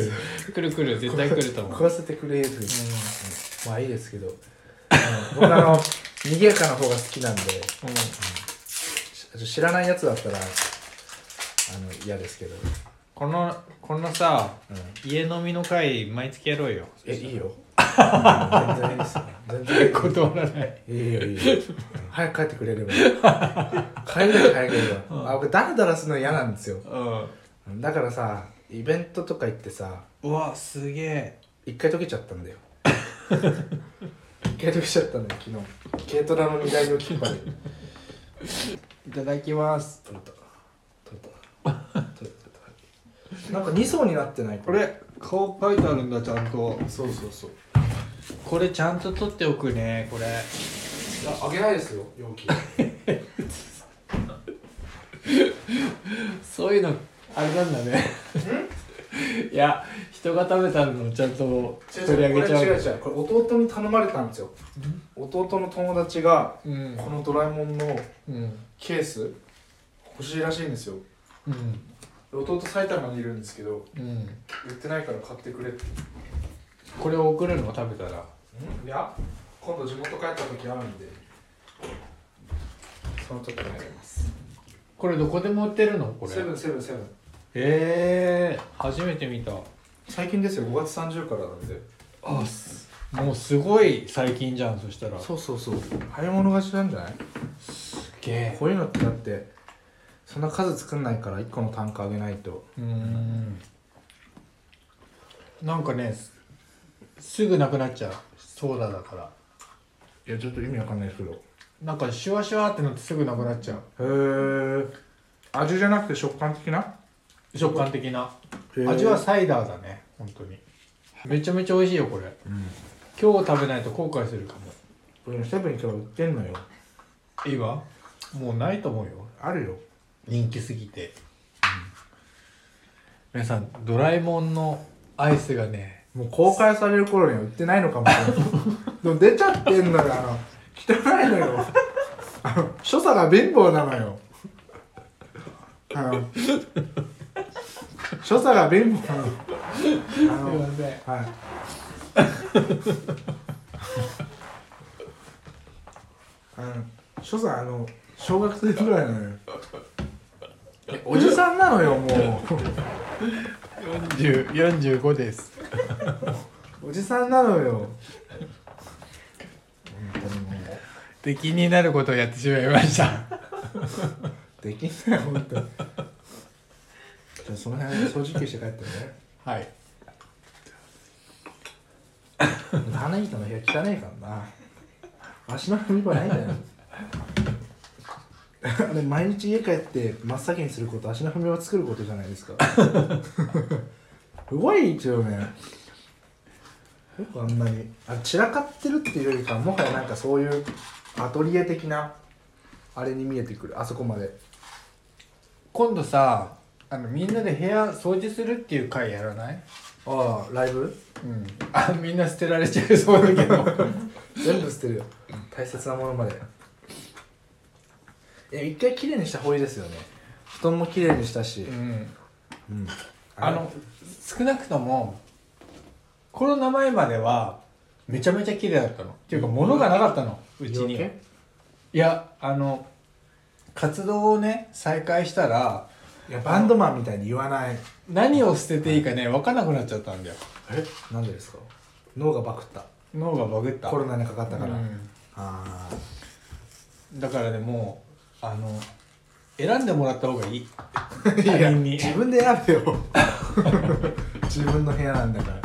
[SPEAKER 2] 来る来る絶対来ると思う
[SPEAKER 1] 食わせてくれと、まあいいですけどあの僕あ の賑やかな方が好きなんで
[SPEAKER 2] うん
[SPEAKER 1] し知らないやつだったらあの嫌ですけど、
[SPEAKER 2] このこのさ
[SPEAKER 1] うん、
[SPEAKER 2] 家飲みの会毎月やろうよ
[SPEAKER 1] えいいよ全然いいですよ全然いい
[SPEAKER 2] 断らない
[SPEAKER 1] いいよいいよ早く帰ってくれれば帰るだけ早くれば、あ僕ダラダラするの嫌なんですよ
[SPEAKER 2] うん
[SPEAKER 1] だからさイベントとか行ってさ
[SPEAKER 2] うわすげえ
[SPEAKER 1] 一回溶けちゃったんだよ一回溶けちゃったんだよ昨日軽トラの荷台のキッパで取
[SPEAKER 2] いただきます
[SPEAKER 1] れた取れた取れた取れたなんか2層になってない
[SPEAKER 2] これ顔書いてあるんだちゃんと
[SPEAKER 1] そうそうそう
[SPEAKER 2] これちゃんと取っておくねこれ
[SPEAKER 1] いやあげないですよ容器
[SPEAKER 2] そういうのあれなんだねいや人が食べたのをちゃんと取り上げちゃう
[SPEAKER 1] 違う違うこれ違う違うこれ弟に頼まれたんですよ弟の友達が
[SPEAKER 2] うん
[SPEAKER 1] このドラえもんの
[SPEAKER 2] うん
[SPEAKER 1] ケース欲しいらしいんですよ
[SPEAKER 2] うん
[SPEAKER 1] 弟埼玉にいるんですけど
[SPEAKER 2] うん
[SPEAKER 1] 売ってないから買ってくれって
[SPEAKER 2] これを送るの食べたら
[SPEAKER 1] いや今度地元帰った時会うんでその時にあげます
[SPEAKER 2] これどこでも売ってるのこれ
[SPEAKER 1] セブンセブンセブン
[SPEAKER 2] ええー、初めて見た
[SPEAKER 1] 最近ですよ5月30からなんで
[SPEAKER 2] あすもうすごい最近じゃんそしたら
[SPEAKER 1] そうそうそう早物勝ちなんじゃない
[SPEAKER 2] げえ
[SPEAKER 1] こういうのってだってそんな数作んないから1個の単価上げないと
[SPEAKER 2] うーんなんかねすすぐなくなっちゃうソーダだから
[SPEAKER 1] いやちょっと意味わかんないですけどへ
[SPEAKER 2] なんかシュワシュワってなってすぐなくなっちゃう
[SPEAKER 1] え味じゃなくて食感的な
[SPEAKER 2] 食感的な
[SPEAKER 1] へー
[SPEAKER 2] 味はサイダーだね本当にめちゃめちゃ美味しいよこれ
[SPEAKER 1] うん
[SPEAKER 2] 今日食べないと後悔するかも
[SPEAKER 1] これねセブン行けば売ってんのよ
[SPEAKER 2] いいわもうないと思うよ
[SPEAKER 1] あるよ
[SPEAKER 2] 人気すぎて、皆さんドラえもんのアイスがね
[SPEAKER 1] もう公開される頃には売ってないのかもしれない でも出ちゃってんのよあの汚いのよあの所作が貧乏なのよあの所作が貧乏なのあの
[SPEAKER 2] ません
[SPEAKER 1] はいあの所作あの小学生ぐらいなのよえおじさんなのよもう
[SPEAKER 2] 40 45です
[SPEAKER 1] おじさんなのよ本当にもう
[SPEAKER 2] 敵になることをやってしまいました
[SPEAKER 1] できない本当にじゃあその辺掃除機して帰ってね
[SPEAKER 2] はい
[SPEAKER 1] 花板の部屋汚いからな足の踏み場ないんだよあれ毎日家帰って真っ先にすること足の踏み場作ることじゃないですかすごい一応ねよくあんなにあ散らかってるっていうよりかもはやなんかそういうアトリエ的なあれに見えてくるあそこまで
[SPEAKER 2] 今度さあのみんなで部屋掃除するっていう回やらない
[SPEAKER 1] ああライブ
[SPEAKER 2] うんあみんな捨てられちゃいそうだけど
[SPEAKER 1] 全部捨てるよ大切なものまでいや一回きれいにした方がいいですよね布団もきれいにしたし、
[SPEAKER 2] うん
[SPEAKER 1] うん
[SPEAKER 2] あの少なくともコロナ前まではめちゃめちゃ綺麗だったのっていうか物がなかったのうちに
[SPEAKER 1] 夜明
[SPEAKER 2] いやあの活動をね再開したら
[SPEAKER 1] けいやバンドマンみたいに言わない
[SPEAKER 2] 何を捨てていいかね分かんなくなっちゃったんだよ
[SPEAKER 1] えなんでですか脳がバクった
[SPEAKER 2] 脳がバグった
[SPEAKER 1] コロナにかかったから、
[SPEAKER 2] うん
[SPEAKER 1] ああ
[SPEAKER 2] だからねもうあの選んでもらった方がいい他
[SPEAKER 1] いや
[SPEAKER 2] 人に
[SPEAKER 1] 自分で選べよ 自分の部屋なんだから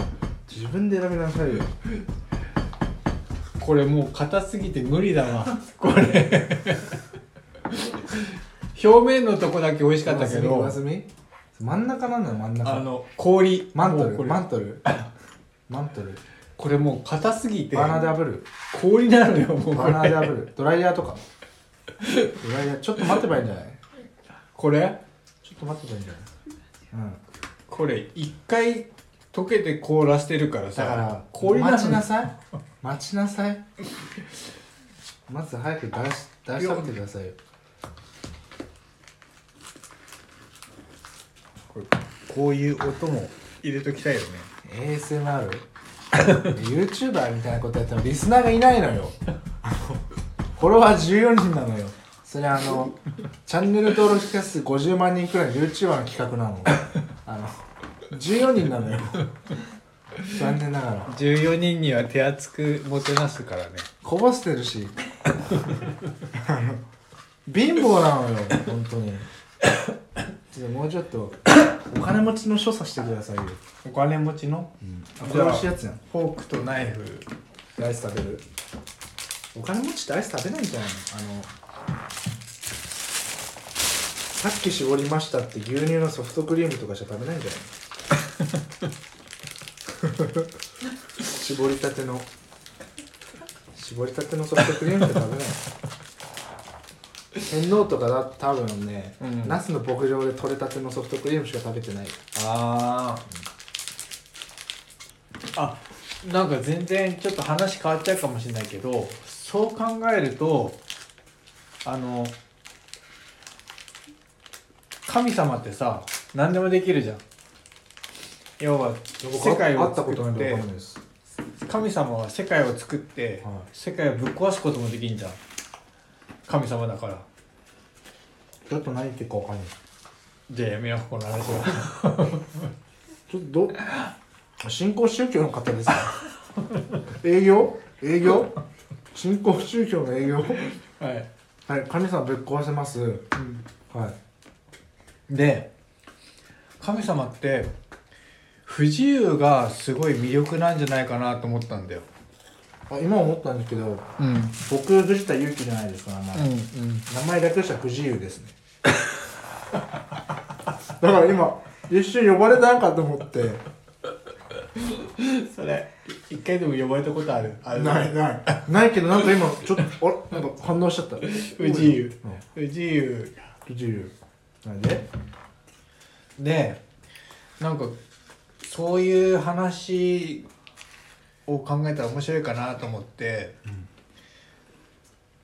[SPEAKER 1] 自分で選びなさいよ
[SPEAKER 2] これもう硬すぎて無理だわこれ表面のとこだけ美味しかったけど
[SPEAKER 1] 上澄み上澄み真ん中なんだよ真ん中
[SPEAKER 2] あの氷
[SPEAKER 1] マント
[SPEAKER 2] もうこ
[SPEAKER 1] ル
[SPEAKER 2] れ
[SPEAKER 1] マント ルマントル
[SPEAKER 2] これもう硬すぎて
[SPEAKER 1] バーナーで炙る
[SPEAKER 2] 氷なのよもうこ
[SPEAKER 1] バーナーで
[SPEAKER 2] れ
[SPEAKER 1] 炙るドライヤーとかドライヤーちょっと待てばいいんじゃない
[SPEAKER 2] これ
[SPEAKER 1] ちょっと待てばいいんじゃないうん
[SPEAKER 2] これ一回溶けて凍らしてるからさ
[SPEAKER 1] だから
[SPEAKER 2] 氷なの
[SPEAKER 1] 待ちなさい待ちなさいまず早く出し出し去ってくださいよ
[SPEAKER 2] これこういう音も入れときたいよね
[SPEAKER 1] ASMRYouTuber みたいなことやってもリスナーがいないのよあのフォロワー14人なのよそれあのチャンネル登録者数50万人くらいの YouTuber の企画なのあの14人なのよ残念ながら
[SPEAKER 2] 14人には手厚くもてなすからね
[SPEAKER 1] こぼしてるしあの貧乏なのよ本当にちょっともうちょっとお金持ちの所作してくださいよ、
[SPEAKER 2] お金持ちの
[SPEAKER 1] あこれ美味しいやつやん
[SPEAKER 2] フォークとナイフ
[SPEAKER 1] アイス食べるお金持ちってアイス食べないんじゃないのあのさっき絞りましたって牛乳のソフトクリームとかじゃ食べないんじゃない の絞りたての絞りたてのソフトクリームって食べない天皇とかだ多分ね、
[SPEAKER 2] うん
[SPEAKER 1] 那須の牧場で取れたてのソフトクリームしか食べてない
[SPEAKER 2] あああなんか全然ちょっと話変わっちゃうかもしれないけどそう考えるとあの神様ってさ何でもできるじゃん要は世界
[SPEAKER 1] あっ
[SPEAKER 2] を
[SPEAKER 1] たこ
[SPEAKER 2] 作
[SPEAKER 1] とない
[SPEAKER 2] っ
[SPEAKER 1] んでわかんな
[SPEAKER 2] て
[SPEAKER 1] いです
[SPEAKER 2] 神様は世界を作って、
[SPEAKER 1] はい
[SPEAKER 2] 世界をぶっ壊すこともできんじゃん神様だから
[SPEAKER 1] ちょっと何言ってるかわかんない
[SPEAKER 2] じゃあやめようこの話は。
[SPEAKER 1] ちょっとど新興宗教の方ですか営業営業新興宗教の営業
[SPEAKER 2] はい、
[SPEAKER 1] はい神様ぶっ壊せますはい
[SPEAKER 2] で神様って不自由がすごい魅力なんじゃないかなと思ったんだよ。
[SPEAKER 1] あ今思ったんですけど
[SPEAKER 2] うん、うん、
[SPEAKER 1] 僕藤田祐樹じゃないですか名前、名前略したら不自由ですねだから今一瞬呼ばれたんかと思って
[SPEAKER 2] それ一回でも呼ばれたことあるある
[SPEAKER 1] ないないないけどなんか今ちょっとあれなんか反応しちゃった不
[SPEAKER 2] 不自由
[SPEAKER 1] うん、
[SPEAKER 2] 不自由
[SPEAKER 1] 不自由なんで
[SPEAKER 2] でなんかそういう話を考えたら面白いかなと思って、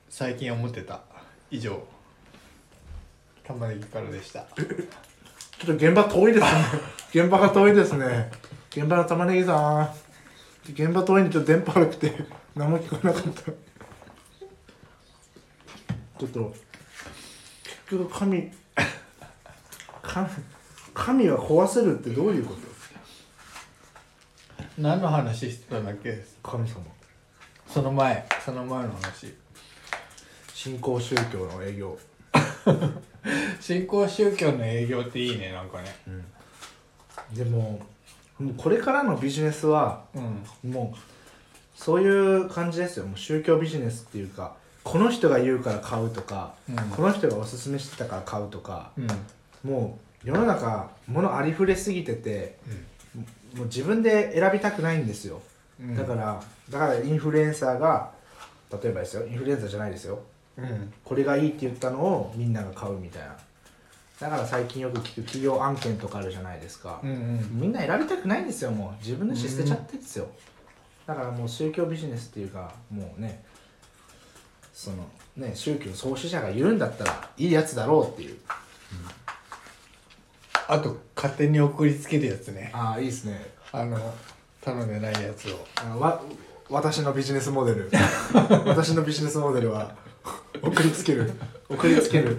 [SPEAKER 2] 最近思ってた以上玉ねぎからでした。
[SPEAKER 1] ちょっと現場遠いですね。現場が遠いですね。現場の玉ねぎさん。現場遠いんでちょっと電波悪くて、何も聞こえなかった。ちょっと、結局神、神、神は壊せるってどういうこと
[SPEAKER 2] 何の話してたんだっけ
[SPEAKER 1] 神様。
[SPEAKER 2] その前その前の話
[SPEAKER 1] 新興宗教の営業。
[SPEAKER 2] 新興宗教の営業っていいねなんかね
[SPEAKER 1] うん。でももうこれからのビジネスは
[SPEAKER 2] うん
[SPEAKER 1] もうそういう感じですよもう宗教ビジネスっていうかこの人が言うから買うとか、
[SPEAKER 2] うん
[SPEAKER 1] この人がおすすめしてたから買うとか
[SPEAKER 2] うん
[SPEAKER 1] もう世の中物ありふれすぎててもう自分で選びたくないんですよ、
[SPEAKER 2] うん
[SPEAKER 1] だからだからインフルエンサーが例えばですよインフルエンサーじゃないですよ
[SPEAKER 2] うん
[SPEAKER 1] これがいいって言ったのをみんなが買うみたいなだから最近よく聞く企業案件とかあるじゃないですか、
[SPEAKER 2] うんうん
[SPEAKER 1] みんな選びたくないんですよもう自分の意思捨てちゃってんですよ、だからもう宗教ビジネスっていうかもうねそのね宗教創始者がいるんだったらいいやつだろうっていう
[SPEAKER 2] あと勝手に送りつけるやつね
[SPEAKER 1] ああいいですね
[SPEAKER 2] あの頼んでないやつを
[SPEAKER 1] あわ私のビジネスモデ ル私のビジネスモデルは 送りつける送りつける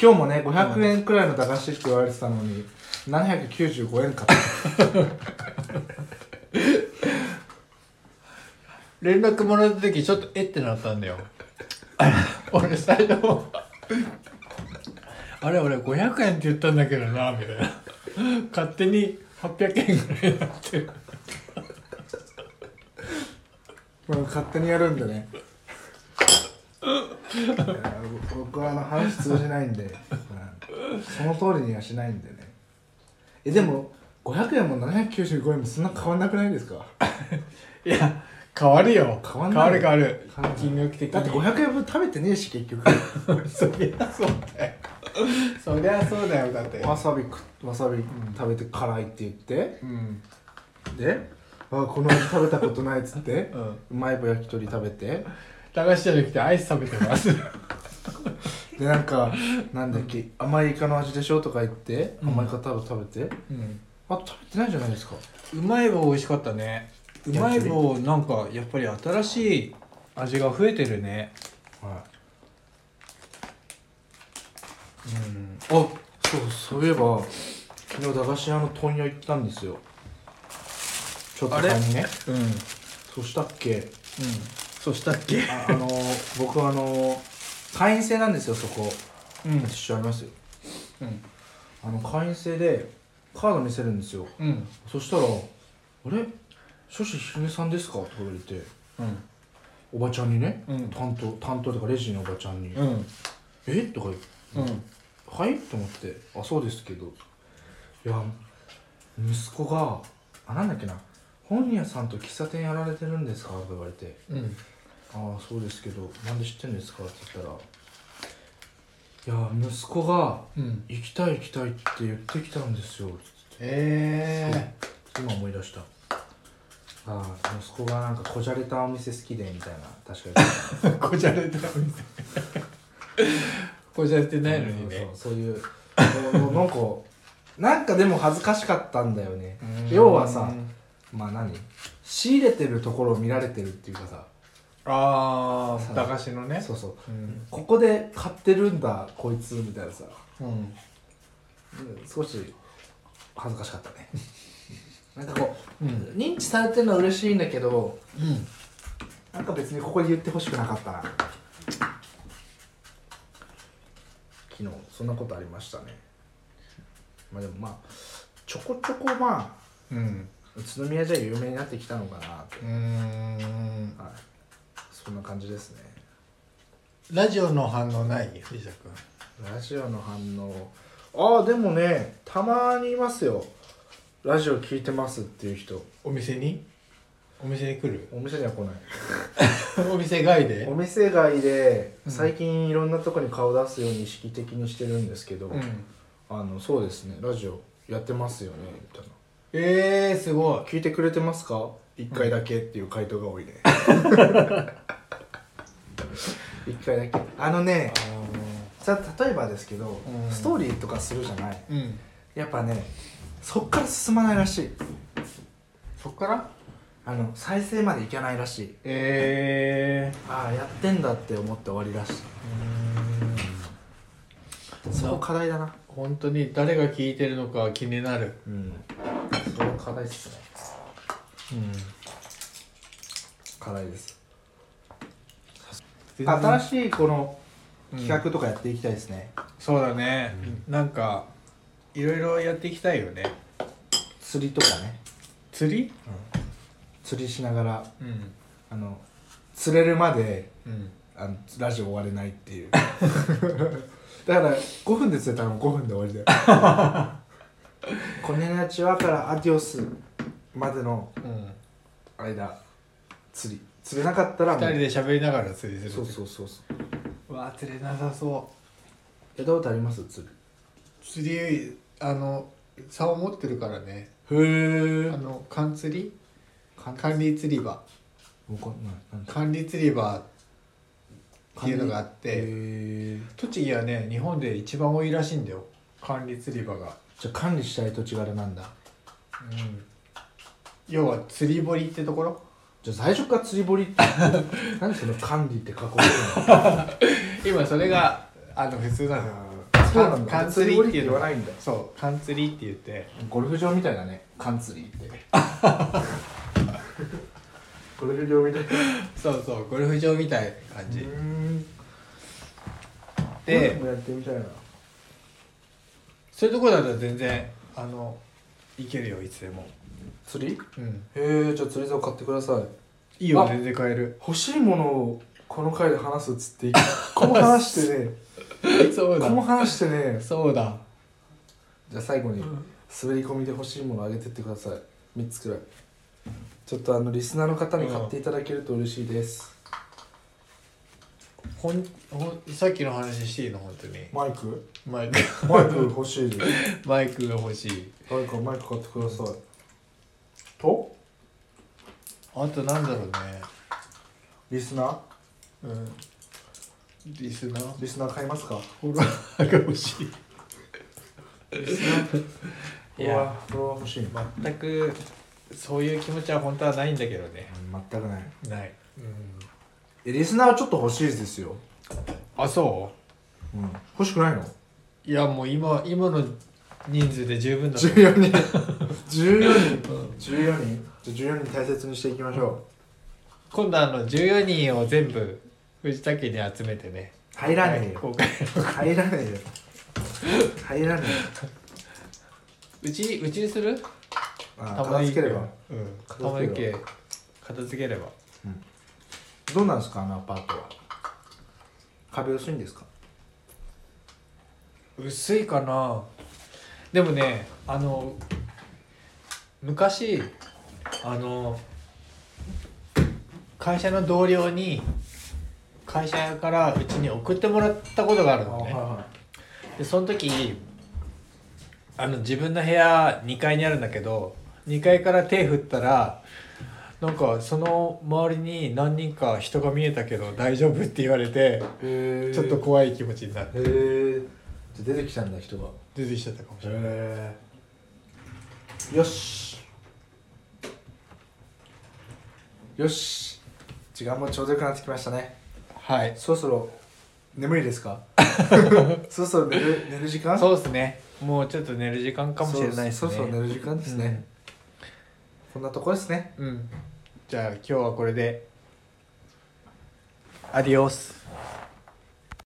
[SPEAKER 1] 今日もね500円くらいの駄菓子って言われてたのに795円買った
[SPEAKER 2] 連絡もらった時ちょっとえってなったんだよ あれ俺最初あれ俺500円って言ったんだけどなみたいな勝手に800円ぐらいになってる
[SPEAKER 1] これ勝手にやるんでねいや僕はあの話通じないんで、うんその通りにはしないんでねえでも500円も795円もそんな変わんなくないですか
[SPEAKER 2] いや変わるよ
[SPEAKER 1] 変わんない
[SPEAKER 2] 変わる変
[SPEAKER 1] 変わ
[SPEAKER 2] わ
[SPEAKER 1] ん
[SPEAKER 2] る
[SPEAKER 1] ない
[SPEAKER 2] 金額的
[SPEAKER 1] だって
[SPEAKER 2] に
[SPEAKER 1] 500円分食べてねえし結局
[SPEAKER 2] そりゃそうだよそりゃそうだよだって
[SPEAKER 1] わさび食わさび食べて辛いって言って
[SPEAKER 2] うん
[SPEAKER 1] であこの味食べたことないっつって
[SPEAKER 2] うん
[SPEAKER 1] うまい棒焼き鳥食べて
[SPEAKER 2] 駄菓子じゃなくてアイス食べてます
[SPEAKER 1] でなんかなんだっけ甘いイカの味でしょとか言って
[SPEAKER 2] うん
[SPEAKER 1] 甘いイカ多分食べて
[SPEAKER 2] うん
[SPEAKER 1] あ食べてないじゃないですか
[SPEAKER 2] うまい棒美味しかったねうまい棒なんかやっぱり新しい味が増えてるね
[SPEAKER 1] はい、
[SPEAKER 2] うん
[SPEAKER 1] あそうそういえば昨日駄菓子屋の問屋行ったんですよちょっと
[SPEAKER 2] あれ
[SPEAKER 1] 前にね
[SPEAKER 2] うんうん
[SPEAKER 1] そうしたっけ
[SPEAKER 2] そしたっけ
[SPEAKER 1] ああの僕はあの会員制なんですよそこ
[SPEAKER 2] うんうん
[SPEAKER 1] 一緒ありますよあの会員制でカード見せるんですよ
[SPEAKER 2] うん
[SPEAKER 1] そしたら「あれ諸子ひるねさんですか?」とか言われて
[SPEAKER 2] うん
[SPEAKER 1] おばちゃんにね
[SPEAKER 2] うん
[SPEAKER 1] 担当担当とかレジのおばちゃんに「
[SPEAKER 2] うん
[SPEAKER 1] えとか言って
[SPEAKER 2] うん
[SPEAKER 1] はいと思って「あそうですけど」いや息子が「あなんだっけな本屋さんと喫茶店やられてるんですか?」とか言われて
[SPEAKER 2] うん
[SPEAKER 1] 「ああそうですけどなんで知ってるんですか?」って言ったら「いや息子が
[SPEAKER 2] うん
[SPEAKER 1] 行きたい行きたいって言ってきたんですよ」つって
[SPEAKER 2] え
[SPEAKER 1] 今思い出したああ息子がなんかこじゃれたお店好きでみたいな確かに
[SPEAKER 2] ー、こじゃれてたみたい こじゃれてないのにね
[SPEAKER 1] そうそうそういうそうなんかなんかでも恥ずかしかったんだよね
[SPEAKER 2] うん
[SPEAKER 1] 要はさまあ何仕入れてるところを見られてるっていうかさ
[SPEAKER 2] あ
[SPEAKER 1] さ
[SPEAKER 2] あ駄菓子のね
[SPEAKER 1] そうそう
[SPEAKER 2] うん
[SPEAKER 1] ここで買ってるんだこいつみたいなさ、
[SPEAKER 2] うん
[SPEAKER 1] うん少し恥ずかしかった ねなんかこう、
[SPEAKER 2] うん
[SPEAKER 1] 認知されてるのは嬉しいんだけど
[SPEAKER 2] うん
[SPEAKER 1] なんか別にここで言ってほしくなかったな昨日そんなことありましたねまあでもまあちょこちょこまあ
[SPEAKER 2] うん
[SPEAKER 1] 宇都宮じゃ有名になってきたのかなって
[SPEAKER 2] うーん
[SPEAKER 1] はいそんな感じですね
[SPEAKER 2] ラジオの反応ない藤田君
[SPEAKER 1] ラジオの反応ああでもねたまにいますよラジオ聞いてますっていう人
[SPEAKER 2] お店にお店に来る
[SPEAKER 1] お店には来ない
[SPEAKER 2] お店外で
[SPEAKER 1] お店街で
[SPEAKER 2] うん
[SPEAKER 1] 最近いろんなとこに顔出すように意識的にしてるんですけど、
[SPEAKER 2] うん
[SPEAKER 1] あのそうですねラジオやってますよねみたいな
[SPEAKER 2] えー、すご
[SPEAKER 1] 聞いてくれてますか1回だけっていう回答が多いね一回だけあのね
[SPEAKER 2] い
[SPEAKER 1] さ例えばですけど、
[SPEAKER 2] うん
[SPEAKER 1] ストーリーとかするじゃない
[SPEAKER 2] うん
[SPEAKER 1] やっぱねそっから進まないらしい
[SPEAKER 2] そっから
[SPEAKER 1] あの再生までいかないらしい
[SPEAKER 2] え
[SPEAKER 1] ああやってんだって思って終わりらし
[SPEAKER 2] ー、う
[SPEAKER 1] いそこ課題だな
[SPEAKER 2] ーん本当に誰が聞いてるのか気になる
[SPEAKER 1] うんそれは課題っすね
[SPEAKER 2] うん
[SPEAKER 1] 課題です新
[SPEAKER 2] しい
[SPEAKER 1] しいこの企画とかやっていきたいですね、
[SPEAKER 2] そうだね、なんかいろいろやっていきたいよね
[SPEAKER 1] 釣りとかね、
[SPEAKER 2] 釣り
[SPEAKER 1] うん釣りしながら
[SPEAKER 2] うん
[SPEAKER 1] あの釣れるまで
[SPEAKER 2] うん
[SPEAKER 1] あのラジオ終われないって いうだから5分で釣れたらもう5分で終わりだよ コネナチワからアディオスまでの
[SPEAKER 2] うん
[SPEAKER 1] 間釣り釣れなかったらも
[SPEAKER 2] 二人
[SPEAKER 1] う
[SPEAKER 2] で喋りながら釣りする
[SPEAKER 1] そうそうそうそう
[SPEAKER 2] うわあ釣れなさそう
[SPEAKER 1] やったことあります釣
[SPEAKER 2] 釣りあの竿持ってるからね
[SPEAKER 1] りへ
[SPEAKER 2] あの缶釣り
[SPEAKER 1] かん
[SPEAKER 2] 管理釣り場
[SPEAKER 1] わかんないなんだ
[SPEAKER 2] 管理釣り場っていうのがあっ
[SPEAKER 1] へ
[SPEAKER 2] て
[SPEAKER 1] ー
[SPEAKER 2] 栃木はね日本で一番多いらしいんだよ管理釣り場が、
[SPEAKER 1] じゃあ管理したい土地柄なんだ
[SPEAKER 2] うん、要は釣り堀ってところ
[SPEAKER 1] じゃあ最初から釣り堀って 何その管理って囲ってんの
[SPEAKER 2] 今それがあの普通なの
[SPEAKER 1] そうなんだ
[SPEAKER 2] 缶
[SPEAKER 1] 釣
[SPEAKER 2] 釣
[SPEAKER 1] り
[SPEAKER 2] り
[SPEAKER 1] 堀っ
[SPEAKER 2] っ
[SPEAKER 1] てて
[SPEAKER 2] いう
[SPEAKER 1] 言
[SPEAKER 2] の
[SPEAKER 1] わないんだ
[SPEAKER 2] そう缶釣りって言って
[SPEAKER 1] ゴルフ場みたいだね缶釣りって ゴルフ場みたい
[SPEAKER 2] そうそうゴルフ場みたいな感じ、
[SPEAKER 1] で
[SPEAKER 2] で
[SPEAKER 1] やってみたいな
[SPEAKER 2] そういうところだったら全然あの行けるよいつでも
[SPEAKER 1] 釣り
[SPEAKER 2] うん
[SPEAKER 1] へえじゃあ釣り竿買ってください
[SPEAKER 2] いいよ
[SPEAKER 1] あ
[SPEAKER 2] 全然買える
[SPEAKER 1] 欲しいものをこの回で話すっつって一個も話してね
[SPEAKER 2] そう
[SPEAKER 1] 一個も話してね
[SPEAKER 2] そうだ
[SPEAKER 1] じゃあ最後に滑り込みで欲しいものをあげてってください3つくらいちょっとあのリスナーの方に買っていただけると嬉しいです、
[SPEAKER 2] ほんほんさっきの話していいの本当に
[SPEAKER 1] マイク
[SPEAKER 2] マイク
[SPEAKER 1] マイク欲しいです
[SPEAKER 2] マイクが欲しい
[SPEAKER 1] 誰かマイク買ってくださいと
[SPEAKER 2] あとなんだろうね
[SPEAKER 1] リスナー
[SPEAKER 2] うんリスナー
[SPEAKER 1] リスナー買いますか
[SPEAKER 2] フォロワーが欲しい
[SPEAKER 1] リスナー
[SPEAKER 2] いや
[SPEAKER 1] フォロワー欲しい、ま、
[SPEAKER 2] 全くそういう気持ちは本当はないんだけどね
[SPEAKER 1] 全くない
[SPEAKER 2] ない、うん、
[SPEAKER 1] えリスナーはちょっと欲しいですよ、
[SPEAKER 2] あそ
[SPEAKER 1] うん、欲しくないの
[SPEAKER 2] ういやもう今今の人数で十分だと思う
[SPEAKER 1] 14人 14人
[SPEAKER 2] うん
[SPEAKER 1] 14人じゃあ14人大切にしていきましょ
[SPEAKER 2] 今度あの14人を全部藤田家に集めてね
[SPEAKER 1] う入らねえよ
[SPEAKER 2] 公開
[SPEAKER 1] 入らねえよ入らね
[SPEAKER 2] うちうちにする
[SPEAKER 1] えよあ
[SPEAKER 2] た
[SPEAKER 1] 片
[SPEAKER 2] まに
[SPEAKER 1] 付ければ、
[SPEAKER 2] うん
[SPEAKER 1] 片
[SPEAKER 2] 玉
[SPEAKER 1] 付
[SPEAKER 2] に
[SPEAKER 1] けれ
[SPEAKER 2] 家片付ければ
[SPEAKER 1] うん、どうなんですかあのアパートは壁薄いんですか
[SPEAKER 2] 薄いかなでもねあの昔あの会社の同僚に会社からうちに送ってもらったことがあるのね
[SPEAKER 1] は
[SPEAKER 2] でその時あの自分の部屋2階にあるんだけど2階から手振ったらなんかその周りに何人か人が見えたけど大丈夫って言われて
[SPEAKER 1] いへ
[SPEAKER 2] ちょっと怖い気持ちになって
[SPEAKER 1] へえ出てきたんだ人が
[SPEAKER 2] 出てきちゃったかもしれない。
[SPEAKER 1] へえよしよし時間もちょうどよくなってきましたね
[SPEAKER 2] はい
[SPEAKER 1] そろそろ眠いです かそろそろ寝る寝る時間
[SPEAKER 2] そうですね。もうちょっと寝る時間かもしれないです
[SPEAKER 1] そ
[SPEAKER 2] ね。
[SPEAKER 1] うそろそろ寝る時間ですね、こんなとこですね
[SPEAKER 2] うん。じゃあ今日はこれで。アディオス。